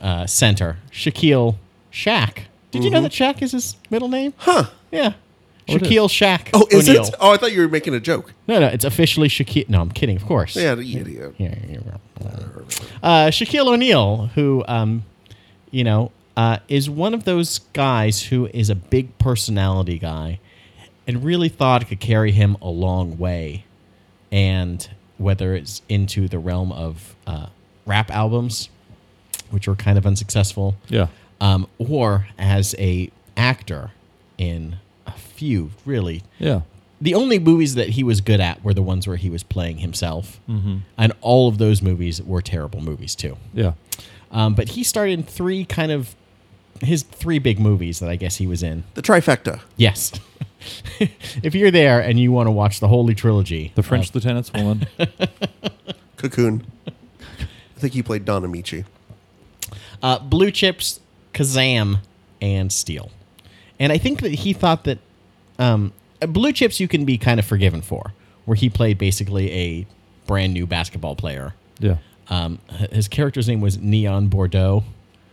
Speaker 3: uh, center Shaquille Shaq. Did
Speaker 2: Mm-hmm.
Speaker 3: you know that Shaq is his middle name? Huh? Yeah.
Speaker 1: What is-
Speaker 3: Shaquille Shaq.
Speaker 2: Oh, is
Speaker 3: O'Neal.
Speaker 2: it? Oh, I thought you were making a joke.
Speaker 3: No, no, it's officially Shaquille. No, I'm kidding. Of course.
Speaker 2: Yeah, you idiot.
Speaker 3: Yeah, yeah, yeah. Uh, Shaquille O'Neal, who, um, you know, uh, is one of those guys who is a big personality guy and really thought it could carry him a long way. And whether it's into the realm of uh, rap albums, which were kind of unsuccessful,
Speaker 1: yeah.
Speaker 3: um, or as a actor in a few really
Speaker 1: Yeah.
Speaker 3: the only movies that he was good at were the ones where he was playing himself, mm-hmm. and all of those movies were terrible movies too.
Speaker 1: Yeah.
Speaker 3: Um, but he starred in three kind of his three big movies that I guess he was in.
Speaker 2: The trifecta.
Speaker 3: Yes, if you're there and you want to watch the Holy Trilogy,
Speaker 1: The French Lieutenant's woman.
Speaker 2: Cocoon. I think he played Don Amici.
Speaker 3: uh, Blue Chips, Kazam, and Steel. And I think that he thought that um, uh, Blue Chips you can be kind of forgiven for, where he played basically a brand new basketball player.
Speaker 1: Yeah.
Speaker 3: Um, h- his character's name was Neon Bordeaux,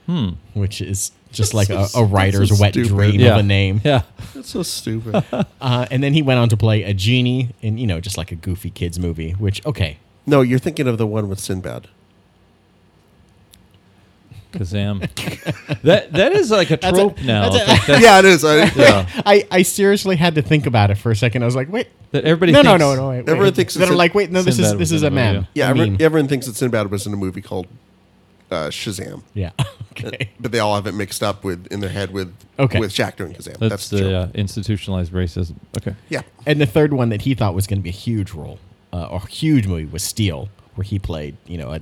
Speaker 1: Hmm.
Speaker 3: which is just like a, a writer's
Speaker 2: That's so
Speaker 3: wet
Speaker 2: stupid.
Speaker 3: dream
Speaker 1: Yeah.
Speaker 3: of a name.
Speaker 1: Yeah.
Speaker 2: That's so stupid.
Speaker 3: Uh, and then he went on to play a genie in, you know, just like a goofy kids movie, which, okay.
Speaker 2: no, you're thinking of the one with Sinbad.
Speaker 1: Kazam. that that is like a
Speaker 3: a-
Speaker 1: trope now. uh,
Speaker 3: that's a-
Speaker 1: that, that-
Speaker 2: Yeah, it is. I,
Speaker 1: yeah.
Speaker 3: I, I seriously had to think about it for a second. I was like, wait.
Speaker 1: That everybody.
Speaker 3: No, no,
Speaker 1: thinks-
Speaker 3: no, no, wait. wait.
Speaker 2: Everyone thinks
Speaker 3: Then
Speaker 2: it's
Speaker 3: I'm
Speaker 2: a-
Speaker 3: like, wait, no, this
Speaker 1: Sinbad
Speaker 3: is
Speaker 1: was
Speaker 3: this is
Speaker 1: in
Speaker 3: a
Speaker 1: the movie,
Speaker 3: meme.
Speaker 1: yeah.
Speaker 2: Yeah,
Speaker 3: A
Speaker 2: every,
Speaker 3: meme.
Speaker 2: everyone thinks that Sinbad was in a movie called uh, Shazam.
Speaker 3: Yeah. Okay.
Speaker 2: But they all have it mixed up with in their head with
Speaker 3: Okay.
Speaker 2: with Shaq doing Shazam.
Speaker 1: That's,
Speaker 2: That's, the
Speaker 1: the
Speaker 2: joke.
Speaker 1: uh, institutionalized racism. Okay.
Speaker 2: yeah.
Speaker 3: And the third one that he thought was going to be a huge role uh, or huge movie was Steel, where he played, you know, a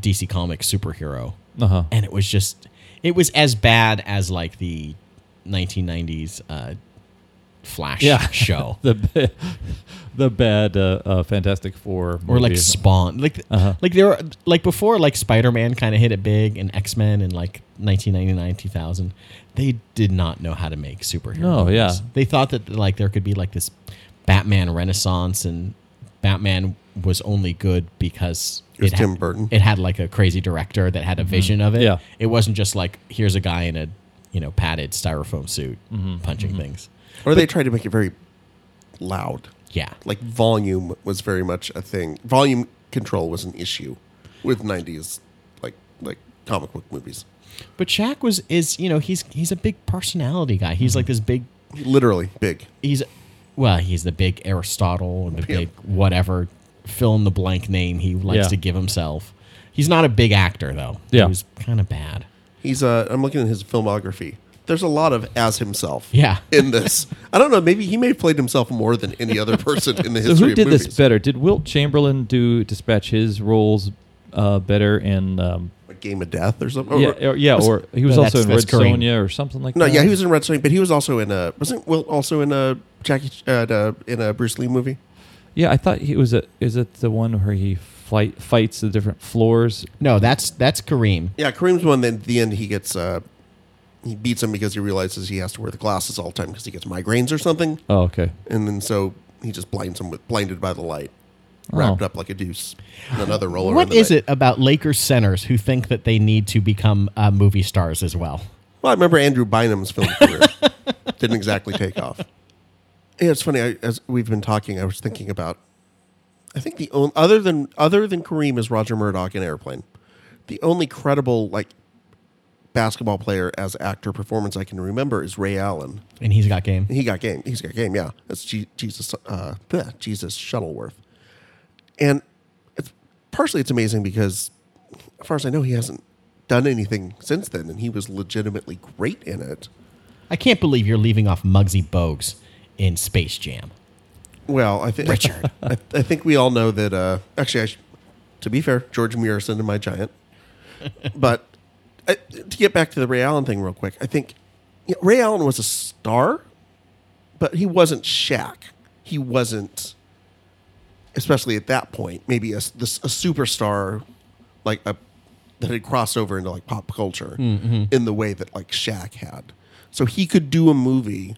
Speaker 3: DC comic superhero.
Speaker 1: Uh huh.
Speaker 3: And it was just, it was as bad as like the 1990s uh, Flash
Speaker 1: Yeah.
Speaker 3: show.
Speaker 1: The ba- the bad uh, uh, Fantastic Four
Speaker 3: Or like
Speaker 1: movie.
Speaker 3: Spawn, like
Speaker 1: Uh-huh.
Speaker 3: like there, were, like before, like Spider Man kind of hit it big, and X Men in like 1999, 2000, they did not know how to make superheroes.
Speaker 1: No, yeah.
Speaker 3: they thought that like there could be like this Batman Renaissance, and Batman was only good because
Speaker 2: It was
Speaker 3: had-
Speaker 2: Tim Burton.
Speaker 3: It had like a crazy director that had a vision of it.
Speaker 1: Mm-hmm. Yeah.
Speaker 3: it wasn't just like here's a guy in a you know padded styrofoam suit
Speaker 1: Mm-hmm.
Speaker 3: punching things.
Speaker 2: Or they tried to make it very loud.
Speaker 3: Yeah,
Speaker 2: Like volume was very much a thing. Volume control was an issue with 90s like like comic book movies.
Speaker 3: but Shaq was is you know he's he's a big personality guy.
Speaker 1: Mm-hmm.
Speaker 3: He's like this big
Speaker 2: Literally big.
Speaker 3: he's well, he's the big Aristotle and the
Speaker 2: Yeah.
Speaker 3: big whatever fill in the blank name he likes
Speaker 1: Yeah.
Speaker 3: to give himself. He's not a big actor though.
Speaker 1: Yeah.
Speaker 3: He was kind of bad.
Speaker 2: He's uh I'm looking at his filmography. There's a lot of as himself.
Speaker 3: Yeah.
Speaker 2: In this. I don't know, maybe he may have played himself more than any other person in the
Speaker 1: So
Speaker 2: history
Speaker 1: who
Speaker 2: of
Speaker 1: did
Speaker 2: movies.
Speaker 1: this better? Did Wilt Chamberlain do dispatch his roles uh, better in? Um,
Speaker 2: Like Game of Death or something?
Speaker 1: yeah,
Speaker 2: Or-
Speaker 1: or, uh, yeah, or he was
Speaker 3: No,
Speaker 1: also
Speaker 3: that's-
Speaker 1: in Red
Speaker 3: that's Kareem.
Speaker 1: Sonja or something like
Speaker 2: No,
Speaker 1: that.
Speaker 2: yeah, he was in Red Sonja, but he was also in a wasn't Will also in a Jackie Ch- uh, the- in a Bruce Lee movie?
Speaker 1: Yeah, I thought he was. A, is it the one where he fight fights the different floors?
Speaker 3: No, that's that's Kareem.
Speaker 2: Yeah, Kareem's one. Then at the end, he gets uh, he beats him because he realizes he has to wear the glasses all the time because he gets migraines or something,
Speaker 1: Oh, okay.
Speaker 2: and then so he just blinds him with blinded by the light, wrapped
Speaker 1: Oh.
Speaker 2: up like a deuce. in Another roller.
Speaker 3: What is it about Lakers centers who think that they need to become uh, movie stars as well?
Speaker 2: Well, I remember Andrew Bynum's film career didn't exactly take off. Yeah, it's funny. I, as we've been talking, I was thinking about. I think the only other than other than Kareem is Roger Murdoch in Airplane, the only credible like basketball player as actor performance I can remember is Ray Allen.
Speaker 3: And he's got game.
Speaker 2: He got game. He's got game. Yeah, that's G- Jesus. Uh, bleh, Jesus Shuttleworth, and it's partially it's amazing because, as far as I know, he hasn't done anything since then, and he was legitimately great in it.
Speaker 3: I can't believe you're leaving off Muggsy Bogues in Space Jam.
Speaker 2: Well, I think Richard. I, I think we all know that. Uh, actually, I sh- to be fair, George Muirson and my giant. But I, to get back to the Ray Allen thing real quick, I think yeah, Ray Allen was a star, but he wasn't Shaq. He wasn't, especially at that point, maybe a, s- this, a superstar like a that had crossed over into like pop culture in the way that like Shaq had. So he could do a movie,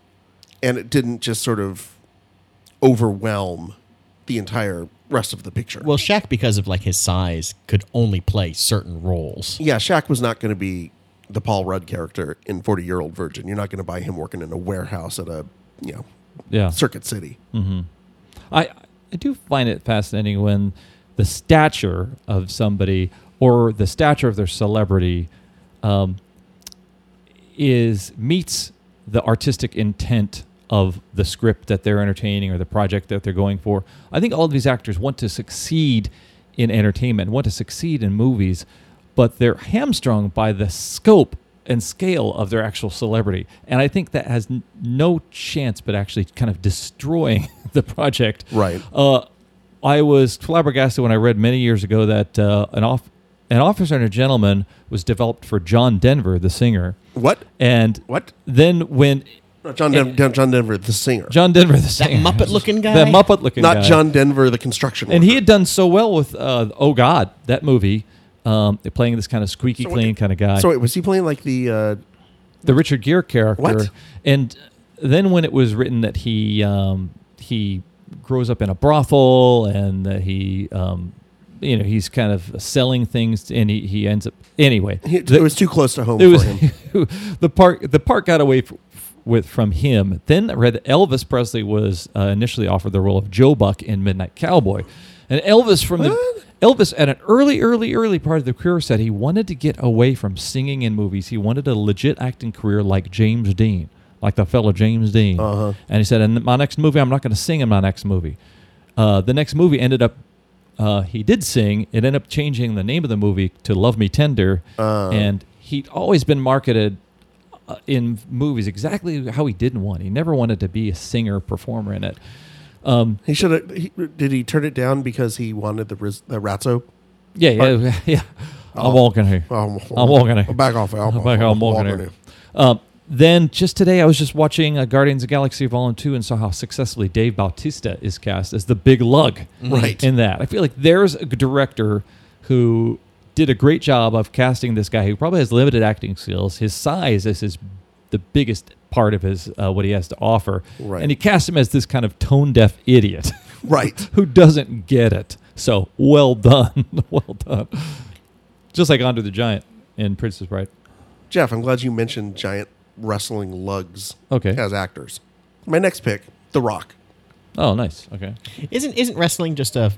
Speaker 2: and it didn't just sort of overwhelm the entire rest of the picture.
Speaker 3: Well, Shaq, because of like his size, could only play certain roles.
Speaker 2: yeah, Shaq was not going to be the Paul Rudd character in Forty Year Old Virgin. You're not going to buy him working in a warehouse at a you know
Speaker 1: Yeah.
Speaker 2: Circuit City.
Speaker 1: I I do find it fascinating when the stature of somebody or the stature of their celebrity um, is meets the artistic intent of the script that they're entertaining or the project that they're going for. I think all of these actors want to succeed in entertainment, want to succeed in movies, but they're hamstrung by the scope and scale of their actual celebrity. And I think that has n- no chance but actually kind of destroying the project.
Speaker 2: Right.
Speaker 1: Uh, I was flabbergasted when I read many years ago that uh, an off an officer and a gentleman was developed for John Denver, the singer,
Speaker 2: What?
Speaker 1: and
Speaker 2: What?
Speaker 1: Then when
Speaker 2: No, John Den- John Denver, the singer,
Speaker 1: John Denver, the singer,
Speaker 3: Muppet-looking guy?
Speaker 1: that Muppet looking,
Speaker 2: not John Denver, the construction.
Speaker 1: and
Speaker 2: worker.
Speaker 1: he had done so well with uh, Oh God, that movie, um, playing this kind of squeaky
Speaker 2: So what-
Speaker 1: clean kind of guy.
Speaker 2: So wait, was he playing like the? Uh,
Speaker 1: the Richard Gere character.
Speaker 2: What?
Speaker 1: And then when it was written that he um, he grows up in a brothel and that he um, you know he's kind of selling things and he, he ends up anyway.
Speaker 2: he,
Speaker 1: the,
Speaker 2: it was too close to home
Speaker 1: it
Speaker 2: for
Speaker 1: was-
Speaker 2: him.
Speaker 1: the part the part got away. F- with from him, then I read that Elvis Presley was uh, initially offered the role of Joe Buck in Midnight Cowboy, and Elvis from the Elvis at an early, early, early part of the career said he wanted to get away from singing in movies. He wanted a legit acting career like James Dean, like the fellow James Dean.
Speaker 2: Uh-huh.
Speaker 1: And he said, "In my next movie, I'm not going to sing in my next movie." Uh, the next movie ended up uh, he did sing. It ended up changing the name of the movie to Love Me Tender, and he'd always been marketed uh, in movies exactly how he didn't want. He never wanted to be a singer performer in it.
Speaker 2: He should have. He, did he turn it down because he wanted the, Riz, the Ratso?
Speaker 1: Yeah, yeah, yeah. I'm walking here.
Speaker 2: Um,
Speaker 1: I'm walking here.
Speaker 2: Back off. I'm,
Speaker 1: Back off, I'm walking here. Uh, then just today, I was just watching uh, Guardians of the Galaxy Volume Two and saw how successfully Dave Bautista is cast as the Big Lug.
Speaker 2: Right.
Speaker 1: In that, I feel like there's a director who did a great job of casting this guy who probably has limited acting skills. His size is his the biggest part of his uh, what he has to offer,
Speaker 2: Right.
Speaker 1: and he cast him as this kind of tone deaf idiot
Speaker 2: Right.
Speaker 1: who doesn't get it. So well done, well done. Just like Andre the Giant in Princess Bride.
Speaker 2: Jeff, I'm glad you mentioned giant wrestling lugs
Speaker 1: Okay.
Speaker 2: as actors. My next pick, The Rock.
Speaker 1: Oh, nice. Okay.
Speaker 3: Isn't isn't wrestling just a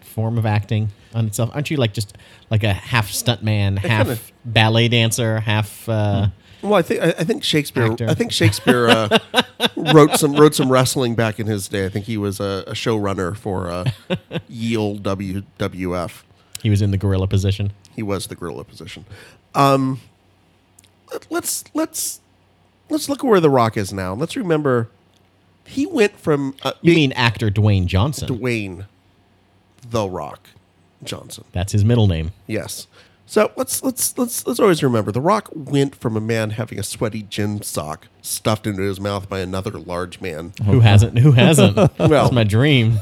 Speaker 3: form of acting on itself? Aren't you like just like a half stuntman, half
Speaker 2: kinda- Hmm.
Speaker 3: ballet dancer, half? Uh,
Speaker 2: Well, I think I, I think Shakespeare.
Speaker 3: Actor.
Speaker 2: I think Shakespeare uh, wrote some wrote some wrestling back in his day. I think he was a, a showrunner for uh, ye olde WWF.
Speaker 3: He was in the gorilla position.
Speaker 2: He was the gorilla position. Um, let, let's let's let's look at where The Rock is now. Let's remember he went from uh,
Speaker 3: You
Speaker 2: being
Speaker 3: mean actor Dwayne Johnson?
Speaker 2: Dwayne The Rock Johnson.
Speaker 3: That's his middle name.
Speaker 2: Yes. So let's let's let's let's always remember the Rock went from a man having a sweaty gym sock stuffed into his mouth by another large man
Speaker 3: Who hasn't? Who hasn't? That's my dream.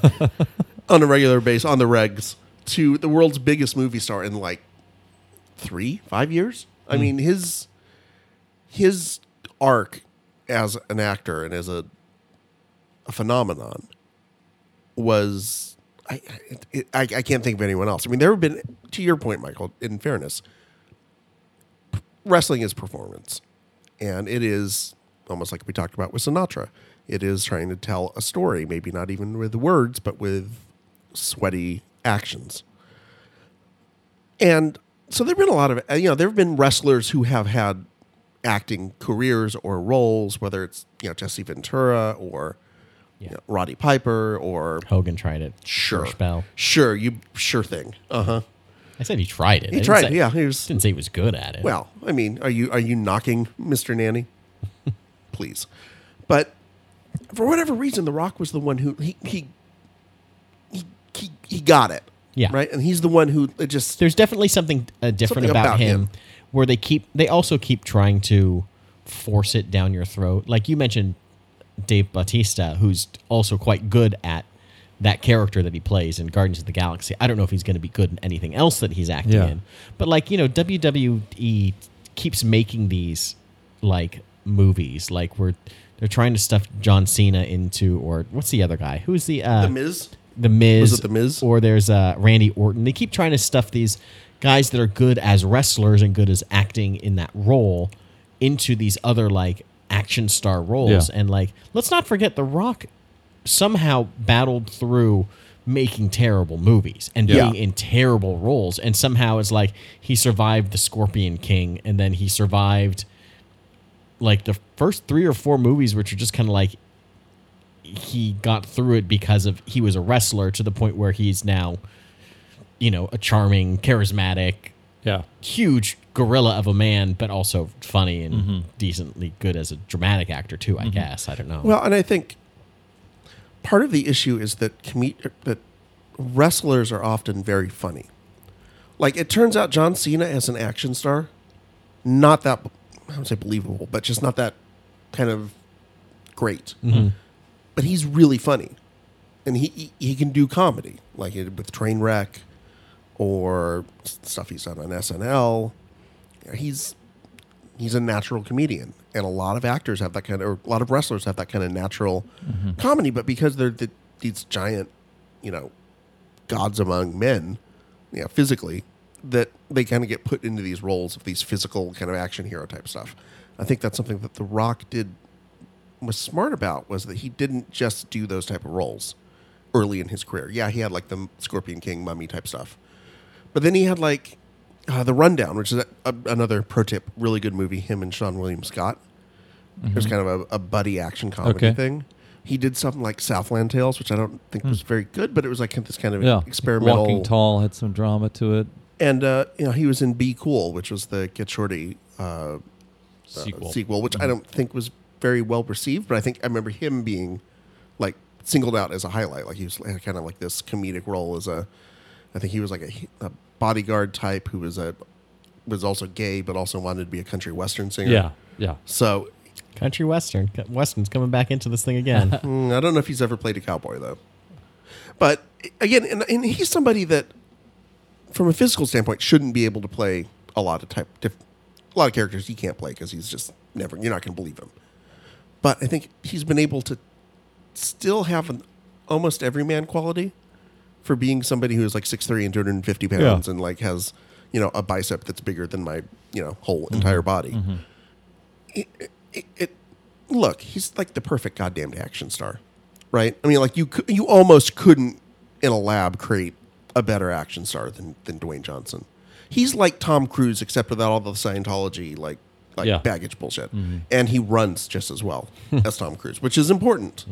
Speaker 2: on a regular basis on the regs to the world's biggest movie star in like three five years. I mean his his arc as an actor and as a a phenomenon was I, I I I can't think of anyone else. I mean, there have been to your point, Michael. In fairness, p- wrestling is performance, and it is almost like we talked about with Sinatra. It is trying to tell a story, maybe not even with words, but with sweaty actions. And so there've been a lot of uh, you know there've been wrestlers who have had acting careers or roles, whether it's you know Jesse Ventura or you know, Roddy Piper or
Speaker 3: Hogan tried it.
Speaker 2: Sure.
Speaker 3: George Bell.
Speaker 2: Sure, you sure thing. Uh huh.
Speaker 3: I said he tried it.
Speaker 2: He tried.
Speaker 3: Say,
Speaker 2: yeah, he was.
Speaker 3: Didn't say he was good at it.
Speaker 2: Well, I mean, are you are you knocking Mr. Nanny? Please, but for whatever reason, The Rock was the one who he he he he, he got it.
Speaker 3: Yeah.
Speaker 2: Right, and he's the one who it just
Speaker 3: there's definitely something uh, different
Speaker 2: Something
Speaker 3: about,
Speaker 2: about
Speaker 3: him,
Speaker 2: him.
Speaker 3: where they keep they also keep trying to force it down your throat like you mentioned dave bautista who's also quite good at that character that he plays in guardians of the galaxy i don't know if he's going to be good in anything else that he's acting
Speaker 1: Yeah.
Speaker 3: in but like you know wwe keeps making these like movies like we're they're trying to stuff john cena into or what's the other guy who's the uh
Speaker 2: the Miz.
Speaker 3: the Miz,
Speaker 2: Was it The Miz?
Speaker 3: or there's uh, Randy Orton. They keep trying to stuff these guys that are good as wrestlers and good as acting in that role into these other like action star roles.
Speaker 1: Yeah.
Speaker 3: And like, let's not forget The Rock somehow battled through making terrible movies and
Speaker 2: Yeah.
Speaker 3: being in terrible roles, and somehow it's like he survived The Scorpion King, and then he survived like the first three or four movies, which are just kind of like he got through it because of he was a wrestler to the point where he's now, you know, a charming, charismatic,
Speaker 1: Yeah.
Speaker 3: huge gorilla of a man, but also funny and decently good as a dramatic actor too. I guess I don't know.
Speaker 2: Well, and I think part of the issue is that comed- that wrestlers are often very funny. Like it turns out, John Cena as an action star, not that I would say believable, but just not that kind of great. But he's really funny, and he he, he can do comedy like it- with Trainwreck or s- stuff he's done on SNL. He's he's a natural comedian and a lot of actors have that kind of or a lot of wrestlers have that kind of natural comedy but because they're the, these giant you know gods among men you know physically that they kind of get put into these roles of these physical kind of action hero type stuff i think that's something that the rock did was smart about was that he didn't just do those type of roles early in his career yeah he had like the scorpion king mummy type stuff but then he had like uh, the Rundown, which is a, a, another pro tip, really good movie. Him and Sean William Scott. It was kind of a, a buddy action comedy
Speaker 1: Okay.
Speaker 2: thing. He did something like Southland Tales, which I don't think was very good, but it was like this kind of
Speaker 1: Yeah.
Speaker 2: experimental.
Speaker 1: Walking Tall had some drama to it.
Speaker 2: And uh, you know, he was in Be Cool, which was the Get Shorty uh,
Speaker 1: Sequel.
Speaker 2: sequel, which I don't think was very well received, but I think I remember him being like singled out as a highlight. Like he was kind of like this comedic role as a, I think he was like a, a bodyguard type who was a was also gay but also wanted to be a country western singer.
Speaker 1: Yeah, yeah.
Speaker 2: So
Speaker 3: Country Western. Western's coming back into this thing again.
Speaker 2: mm, I don't know if he's ever played a cowboy though. But again, and, and he's somebody that, from a physical standpoint, shouldn't be able to play a lot of type, diff, a lot of characters he can't play because he's just never. You're not going to believe him. But I think he's been able to still have an almost everyman quality for being somebody who is like 6'3 and 250 pounds and like has, you know, a bicep that's bigger than my, you know, whole entire body. It, it, it, look, he's like the perfect goddamn action star, right? I mean, like you, cou- you almost couldn't in a lab create a better action star than, than Dwayne Johnson. He's like Tom Cruise, except without all the Scientology, like, like
Speaker 1: Yeah.
Speaker 2: baggage bullshit. And he runs just as well as Tom Cruise, which is important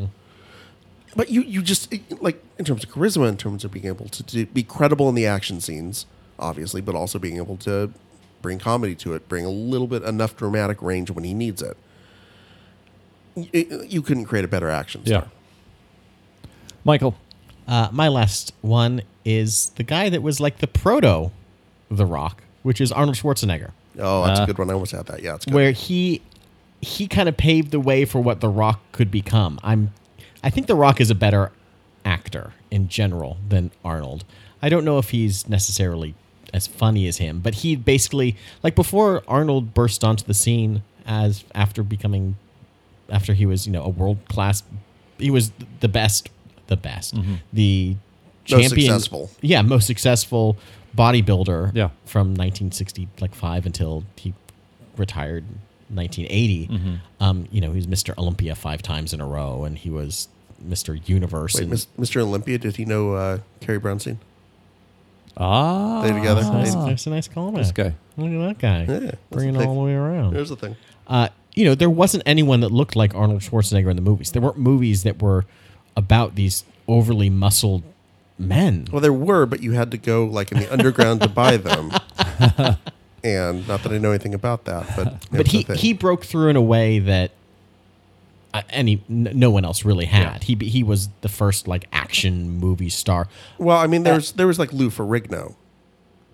Speaker 2: but you you just it- like in terms of charisma, in terms of being able to, do, be credible in the action scenes, obviously, but also being able to bring comedy to it, bring a little bit enough dramatic range when he needs it. Y- You, couldn't create a better action.
Speaker 1: Yeah.
Speaker 2: star.
Speaker 1: Michael.
Speaker 3: Uh, my last one is the guy that was like the proto The Rock, which is Arnold Schwarzenegger,
Speaker 2: Oh, that's
Speaker 1: Uh,
Speaker 2: a good one. I almost had that. Yeah, it's good.
Speaker 3: where he he kind of paved the way for what The Rock could become. I'm I think The Rock is a better actor in general than Arnold. I don't know if he's necessarily as funny as him, but he basically like before Arnold burst onto the scene as after becoming after he was you know a world class he was the best the best the
Speaker 2: Mm-hmm. Most
Speaker 3: champion
Speaker 2: successful.
Speaker 3: yeah most successful bodybuilder
Speaker 1: Yeah.
Speaker 3: from 1960 like five until he retired in 1980
Speaker 1: Mm-hmm.
Speaker 3: um you know he was mr olympia five times in a row and he was mr universe
Speaker 2: Wait,
Speaker 3: and
Speaker 2: Mis- Mr. Olympia, did he know uh, Carrie Brownstein?
Speaker 1: Ah.
Speaker 2: They together?
Speaker 3: Oh, That's
Speaker 2: Ah.
Speaker 3: that's a nice callback.
Speaker 1: This guy.
Speaker 3: Look at that guy.
Speaker 2: Yeah, that's
Speaker 3: Bringing it
Speaker 2: a big-
Speaker 3: all the way around.
Speaker 2: There's the thing.
Speaker 3: uh, you know, there wasn't anyone that looked like Arnold Schwarzenegger in the movies. There weren't movies that were about these overly muscled men.
Speaker 2: Well, there were, but you had to go like in the underground to buy them. And not that I know anything about that, but
Speaker 3: but
Speaker 2: it's a
Speaker 3: he,
Speaker 2: thing.
Speaker 3: he broke through in a way that uh, any n- no one else really had. He he was the first like action movie star.
Speaker 2: Well, I mean, there was there was like Lou Ferrigno,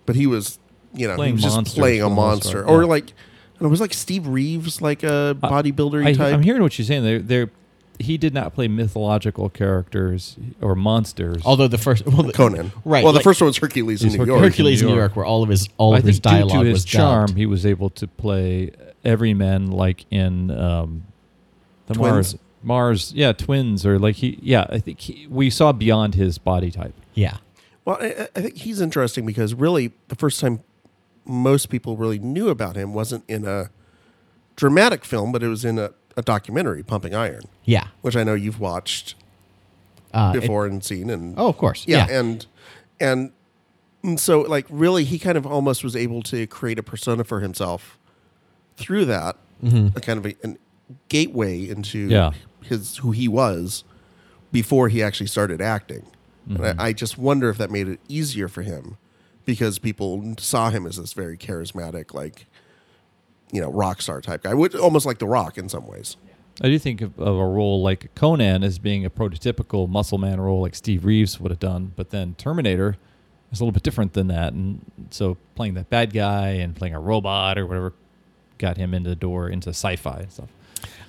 Speaker 2: but he was you know
Speaker 1: Playing
Speaker 2: he was just
Speaker 1: monsters
Speaker 2: playing
Speaker 1: for
Speaker 2: a
Speaker 1: the most
Speaker 2: monster,
Speaker 1: part,
Speaker 2: or
Speaker 1: yeah.
Speaker 2: like and it was like Steve Reeves, like a bodybuilder
Speaker 1: I,
Speaker 2: type.
Speaker 1: I'm hearing what you're saying. There, there. He did not play mythological characters or monsters.
Speaker 3: Although the first well, the-
Speaker 2: Conan,
Speaker 3: right?
Speaker 2: Well, the
Speaker 3: like,
Speaker 2: first one was Hercules in
Speaker 1: He's
Speaker 2: New York.
Speaker 3: Hercules in
Speaker 1: New
Speaker 3: New
Speaker 1: York.
Speaker 3: York, where all of his all
Speaker 1: I
Speaker 3: of his
Speaker 1: think due
Speaker 3: dialogue
Speaker 1: to his
Speaker 3: was
Speaker 1: charm,
Speaker 3: dubbed.
Speaker 1: he was able to play every man like in um, the
Speaker 2: Twins?
Speaker 1: Mars. Mars, yeah, twins or like he, yeah. I think he, we saw beyond his body type.
Speaker 3: Yeah,
Speaker 2: Well, I, I think he's interesting because really the first time most people really knew about him wasn't in a dramatic film, but it was in a, a documentary, Pumping Iron,
Speaker 3: yeah.
Speaker 2: which I know you've watched
Speaker 3: Uh, it-
Speaker 2: before and seen, and
Speaker 3: oh, of course.
Speaker 2: yeah,
Speaker 3: Yeah,
Speaker 2: and and and so like really he kind of almost was able to create a persona for himself through that
Speaker 3: Mm-hmm.
Speaker 2: a kind of a, an gateway into
Speaker 1: Yeah.
Speaker 2: his who he was before he actually started acting
Speaker 3: Mm-hmm.
Speaker 2: and I, I just wonder if that made it easier for him because people saw him as this very charismatic like you know rock star type guy which almost like the rock in some ways
Speaker 1: I do think of, of a role like Conan as being a prototypical muscle man role, like Steve Reeves would have done. But then Terminator is a little bit different than that, and so playing that bad guy and playing a robot or whatever got him into the door into sci-fi and stuff.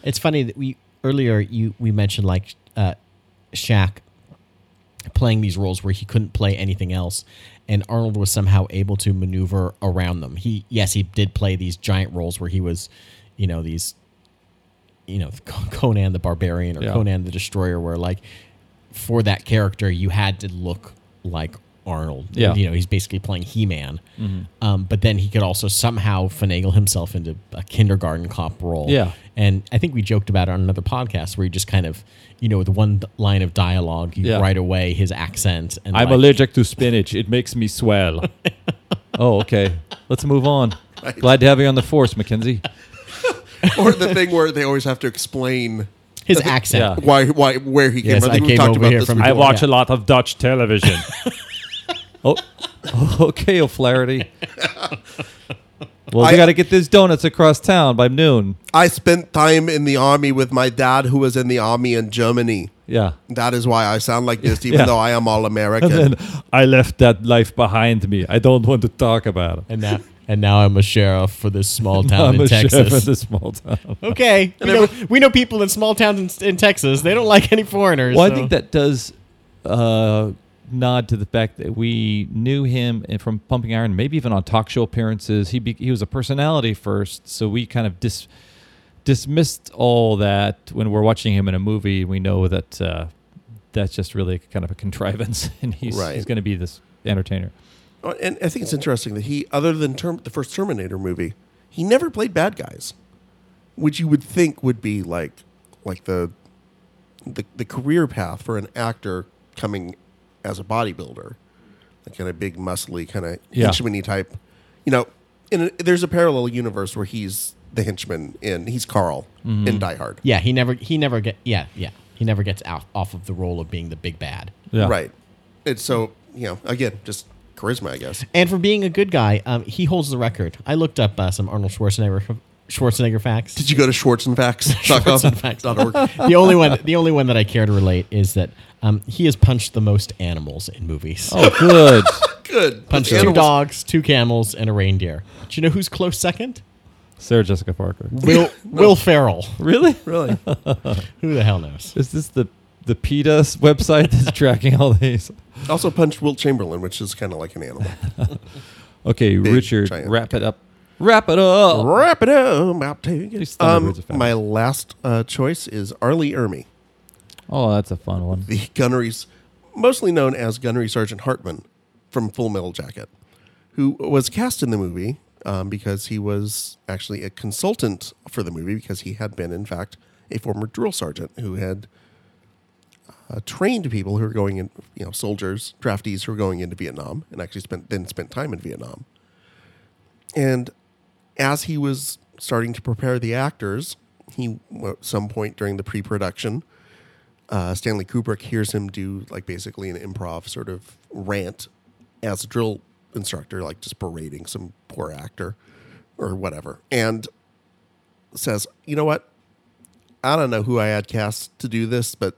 Speaker 3: It's funny that we earlier you we mentioned like uh, Shaq playing these roles where he couldn't play anything else, and Arnold was somehow able to maneuver around them. He yes, he did play these giant roles where he was, you know, these, you know, Conan the Barbarian or
Speaker 1: Yeah.
Speaker 3: Conan the Destroyer, where like for that character you had to look like Arnold.
Speaker 1: Yeah. Mm-hmm.
Speaker 3: you know, he's basically playing He Man, um, but then he could also somehow finagle himself into a kindergarten cop role.
Speaker 1: Yeah.
Speaker 3: And I think we joked about it on another podcast where you just kind of, you know, with one line of dialogue, you
Speaker 1: Yeah.
Speaker 3: right away his accent. And
Speaker 1: I'm
Speaker 3: like-
Speaker 1: allergic to spinach. It makes me swell. oh, okay. Let's move on. Glad to have you on the force, Mackenzie.
Speaker 2: or the thing where they always have to explain
Speaker 3: His accent.
Speaker 1: Yeah.
Speaker 2: Why? Why? Where he came
Speaker 3: Yes,
Speaker 2: from?
Speaker 3: I
Speaker 2: I think we
Speaker 3: came
Speaker 2: talked
Speaker 3: over
Speaker 2: about
Speaker 3: here
Speaker 2: this.
Speaker 3: from-
Speaker 2: before.
Speaker 5: I watch
Speaker 3: Yeah.
Speaker 5: a lot of Dutch television.
Speaker 1: Oh, okay, O'Flaherty. Well,
Speaker 2: I-
Speaker 1: we got to get these donuts across town by noon.
Speaker 2: I spent time in the army with my dad, who was in the army in Germany.
Speaker 1: Yeah.
Speaker 2: That is why I sound like this, even
Speaker 1: Yeah.
Speaker 2: though I am all American.
Speaker 1: And I left that life behind me. I don't want to talk about it.
Speaker 3: And now, and now I'm a sheriff for this small town
Speaker 1: I'm
Speaker 3: in
Speaker 1: a
Speaker 3: Texas.
Speaker 1: sheriff in this small town.
Speaker 3: Okay, we know, we know people in small towns in, in Texas. They don't like any foreigners.
Speaker 1: Well, I
Speaker 3: so-
Speaker 1: think that does uh, nod to the fact that we knew him and from Pumping Iron, maybe even on talk show appearances. He be, he was a personality first, so we kind of dis, dismissed all that when we're watching him in a movie. We know that uh, that's just really kind of a contrivance, and he's
Speaker 2: Right.
Speaker 1: he's going to be this entertainer.
Speaker 2: Oh, and I think it's interesting that he, other than term, the first Terminator movie, he never played bad guys, which you would think would be like, like the, the, the career path for an actor coming as a bodybuilder, like kind of big, muscly, kind of
Speaker 1: Yeah.
Speaker 2: henchman type. You know, in a, there's a parallel universe where he's the henchman in he's Carl
Speaker 1: Mm-hmm.
Speaker 2: in Die Hard,
Speaker 3: yeah, he never he never get yeah yeah he never gets out off of the role of being the big bad.
Speaker 1: Yeah.
Speaker 2: right? It's so you know again just charisma, I guess.
Speaker 3: And for being a good guy, um, he holds the record. I looked up uh, some Arnold Schwarzenegger Schwarzenegger facts.
Speaker 2: Did you go to schwarzenfacts.com?
Speaker 3: the only one the only one that I care to relate is that um, he has punched the most animals in movies.
Speaker 1: Oh, good.
Speaker 2: Good.
Speaker 3: punched
Speaker 2: The
Speaker 3: two
Speaker 2: animals-
Speaker 3: dogs, two camels, and a reindeer. Do you know who's close second?
Speaker 1: Sarah Jessica Parker.
Speaker 3: Will Will Ferrell.
Speaker 1: Really?
Speaker 2: Really?
Speaker 3: Who the hell knows?
Speaker 1: Is this the the PETA website that's tracking all these?
Speaker 2: Also punched Wilt Chamberlain, which is kind of like an animal.
Speaker 1: Okay, Richard,
Speaker 2: giant
Speaker 1: wrap it up. Wrap it up.
Speaker 2: Wrap it up. I'll take it.
Speaker 1: These Thunderbirds are fast.
Speaker 2: Um, my last uh, choice is Arlie Ermy,
Speaker 1: Oh, that's a fun one.
Speaker 2: the gunnery's mostly known as Gunnery Sergeant Hartman from Full Metal Jacket, who was cast in the movie um, because he was actually a consultant for the movie because he had been, in fact, a former drill sergeant who had uh, trained people who were going in, you know, soldiers, draftees who were going into Vietnam, and actually spent then spent time in Vietnam. And as he was starting to prepare the actors, he at some point during the pre-production, uh, Stanley Kubrick hears him do like basically an improv sort of rant as a drill instructor, like just berating some poor actor or whatever, and says, "You know what? I don't know who I had cast to do this, but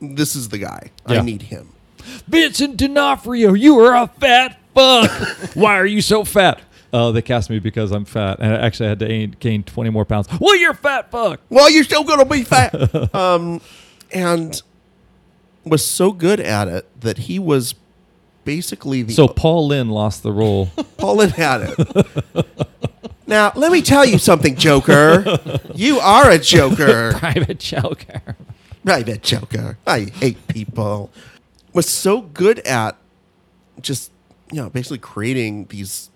Speaker 2: this is the guy. I
Speaker 1: Yeah.
Speaker 2: need him."
Speaker 1: Vincent D'Onofrio, you are a fat fuck. Why are you so fat? Oh, they cast me because I'm fat, and I actually had to ain- gain 20 more pounds. Well, you're a fat fuck.
Speaker 2: Well, you're still gonna be fat. um, and was so good at it that he was basically the
Speaker 1: So Paul Lynn lost the role.
Speaker 2: Poland had it. now, let me tell you something, Joker. You are a Joker.
Speaker 1: Private Joker.
Speaker 2: Private Joker. I hate people. Was so good at just, you know, basically creating these,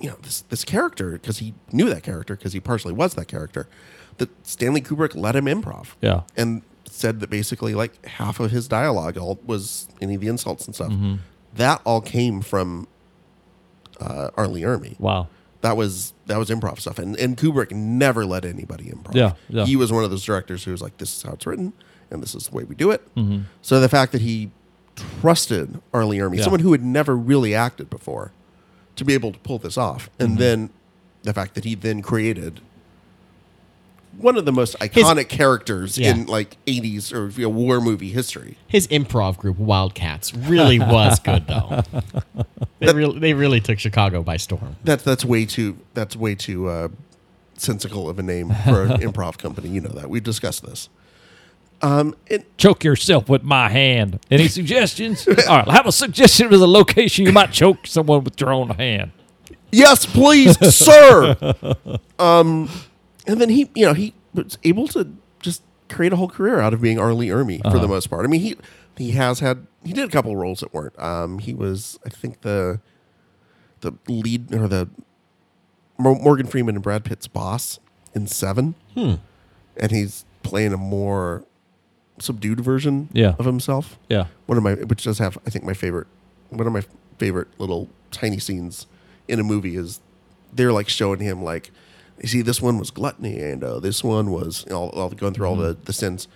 Speaker 2: you know, this, this character because he knew that character because he partially was that character that Stanley Kubrick let him improv.
Speaker 1: Yeah.
Speaker 2: And said that basically like half of his dialogue all was any of the insults and stuff. That all came from uh, Arlie Ermy
Speaker 1: Wow.
Speaker 2: that was that was improv stuff and, and kubrick never let anybody improv
Speaker 1: Yeah, yeah.
Speaker 2: he was one of those directors who was like this is how it's written and this is the way we do it so the fact that he trusted arlie ermy
Speaker 1: Mm-hmm. Yeah.
Speaker 2: someone who had never really acted before to be able to pull this off and
Speaker 1: Mm-hmm.
Speaker 2: then the fact that he then created one of the most iconic characters
Speaker 3: Yeah.
Speaker 2: in like 80s or you know, war movie history
Speaker 3: His improv group Wildcats really was good though. They really they really took Chicago by storm.
Speaker 2: that's that's way too that's way too uh, sensical of a name for an improv company you know that we've discussed this
Speaker 1: Choke yourself with my hand. Any suggestions? All right, have a suggestion of the location you might choke someone with your own hand.
Speaker 2: Yes, please, sir. Um, and then he, you know, he was able to just create a whole career out of being Arlie Ermy for the most part. I mean, he he has had he did a couple roles that weren't. Um, he was, I think the the lead or the Mo- Morgan Freeman and Brad Pitt's boss in Seven, and he's playing a more subdued version
Speaker 1: Yeah.
Speaker 2: of himself
Speaker 1: Yeah.
Speaker 2: one of my which does have I think my favorite one of my favorite little tiny scenes in a movie is they're like showing him like you see, this one was gluttony, and uh, this one was you know, all, all going through all the, the sins.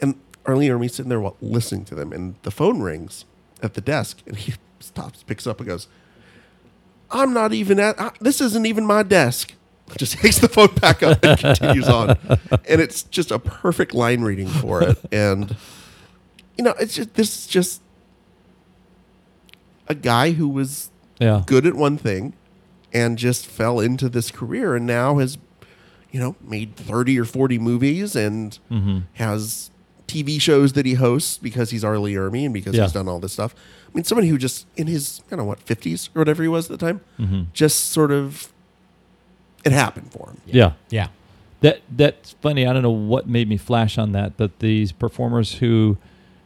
Speaker 2: And Arlene and me sitting there while listening to them, and the phone rings at the desk, and he stops, picks up, and goes, "I'm not even at. I, this isn't even my desk." Just takes the phone back up and continues on, and it's just a perfect line reading for it. And you know, it's just this is just a guy who was
Speaker 1: Yeah.
Speaker 2: good at one thing and just fell into this career and now has you know made 30 or 40 movies and has tv shows that he hosts because he's arlie ermy and because
Speaker 1: Yeah.
Speaker 2: he's done all this stuff i mean somebody who just in his i don't know what 50s or whatever he was at the time just sort of it happened for him
Speaker 1: Yeah.
Speaker 3: Yeah.
Speaker 1: That that's funny. I don't know what made me flash on that, but these performers who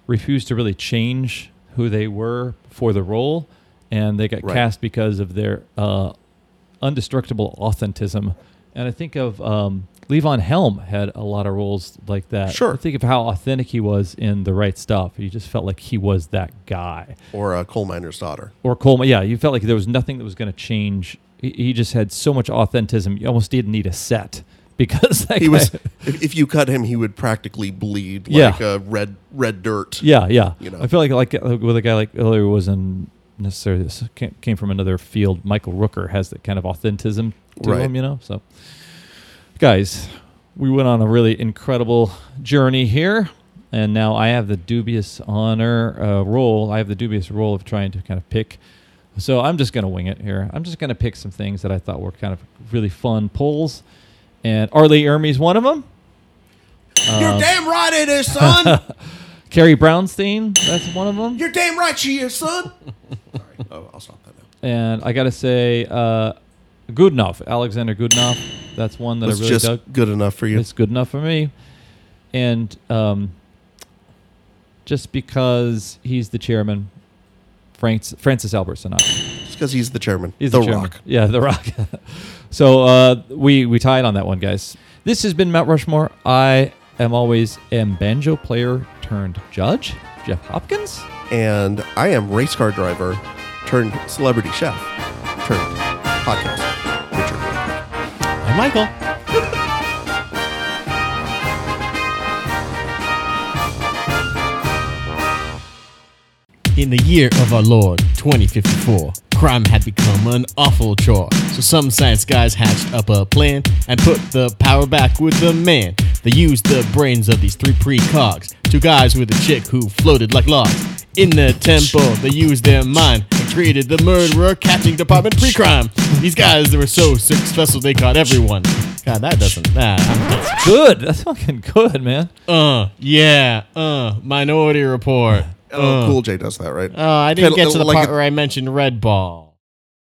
Speaker 1: refused to really change who they were for the role, and they got
Speaker 2: Right.
Speaker 1: cast because of their uh, indestructible authenticism. And I think of um, Levon Helm had a lot of roles like that.
Speaker 2: Sure.
Speaker 1: think of how authentic he was in the right stuff. You just felt like he was that guy
Speaker 2: or a coal miner's daughter
Speaker 1: or Coleman. Yeah, you felt like there was nothing that was going to change. He, he just had so much authenticism. You almost didn't need a set because that
Speaker 2: he
Speaker 1: guy-
Speaker 2: was if, if you cut him he would practically bleed like
Speaker 1: Yeah.
Speaker 2: a red red dirt
Speaker 1: Yeah, yeah.
Speaker 2: You know.
Speaker 1: I feel like like uh, with a guy like Hillary wasn't necessarily this came, came from another field. Michael Rooker has that kind of authentism to
Speaker 2: Right.
Speaker 1: him, you know. So, guys, we went on a really incredible journey here, and now I have the dubious honor uh, role. I have the dubious role of trying to kind of pick. So I'm just gonna wing it here. I'm just gonna pick some things that I thought were kind of really fun pulls, and Arlie Ermey's one of them.
Speaker 2: you're damn right it is son
Speaker 1: Carrie Brownstein, that's one of them.
Speaker 2: You're damn right she is, son. Sorry. Oh, I'll stop that now.
Speaker 1: And I gotta say, uh, Goodenough, Alexander Goodenough. That's one that
Speaker 2: It's
Speaker 1: I really
Speaker 2: just
Speaker 1: dug.
Speaker 2: good enough for you.
Speaker 1: It's good enough for me. And um, just because he's the chairman, Francis, Francis Albert Sinatra.
Speaker 2: It's because he's the chairman.
Speaker 1: He's
Speaker 2: the,
Speaker 1: the, chairman.
Speaker 2: rock.
Speaker 1: Yeah, the Rock. so uh, we we tied on that one, guys. This has been Mount Rushmore. I am always am banjo player turned judge, Jeff Hopkins.
Speaker 2: And I am race car driver turned celebrity chef turned podcast. Richard.
Speaker 3: Hi, Michael. In the year of our Lord 2054, crime had become an awful chore. So some science guys hatched up a plan and put the power back with the man. They used the brains of these three precogs, two guys with a chick who floated like logs. In the temple, they used their mind and created the murderer catching department pre-crime. These guys, they were so successful they caught everyone. God, that doesn't. Nah, I'm just-
Speaker 1: Good. That's fucking good, man.
Speaker 3: uh, yeah, uh, Minority Report.
Speaker 2: Oh, Cool J does that, right?
Speaker 3: Oh, I didn't
Speaker 2: Kinda
Speaker 3: get to the
Speaker 2: like
Speaker 3: part
Speaker 2: a-
Speaker 3: where I mentioned Red Ball.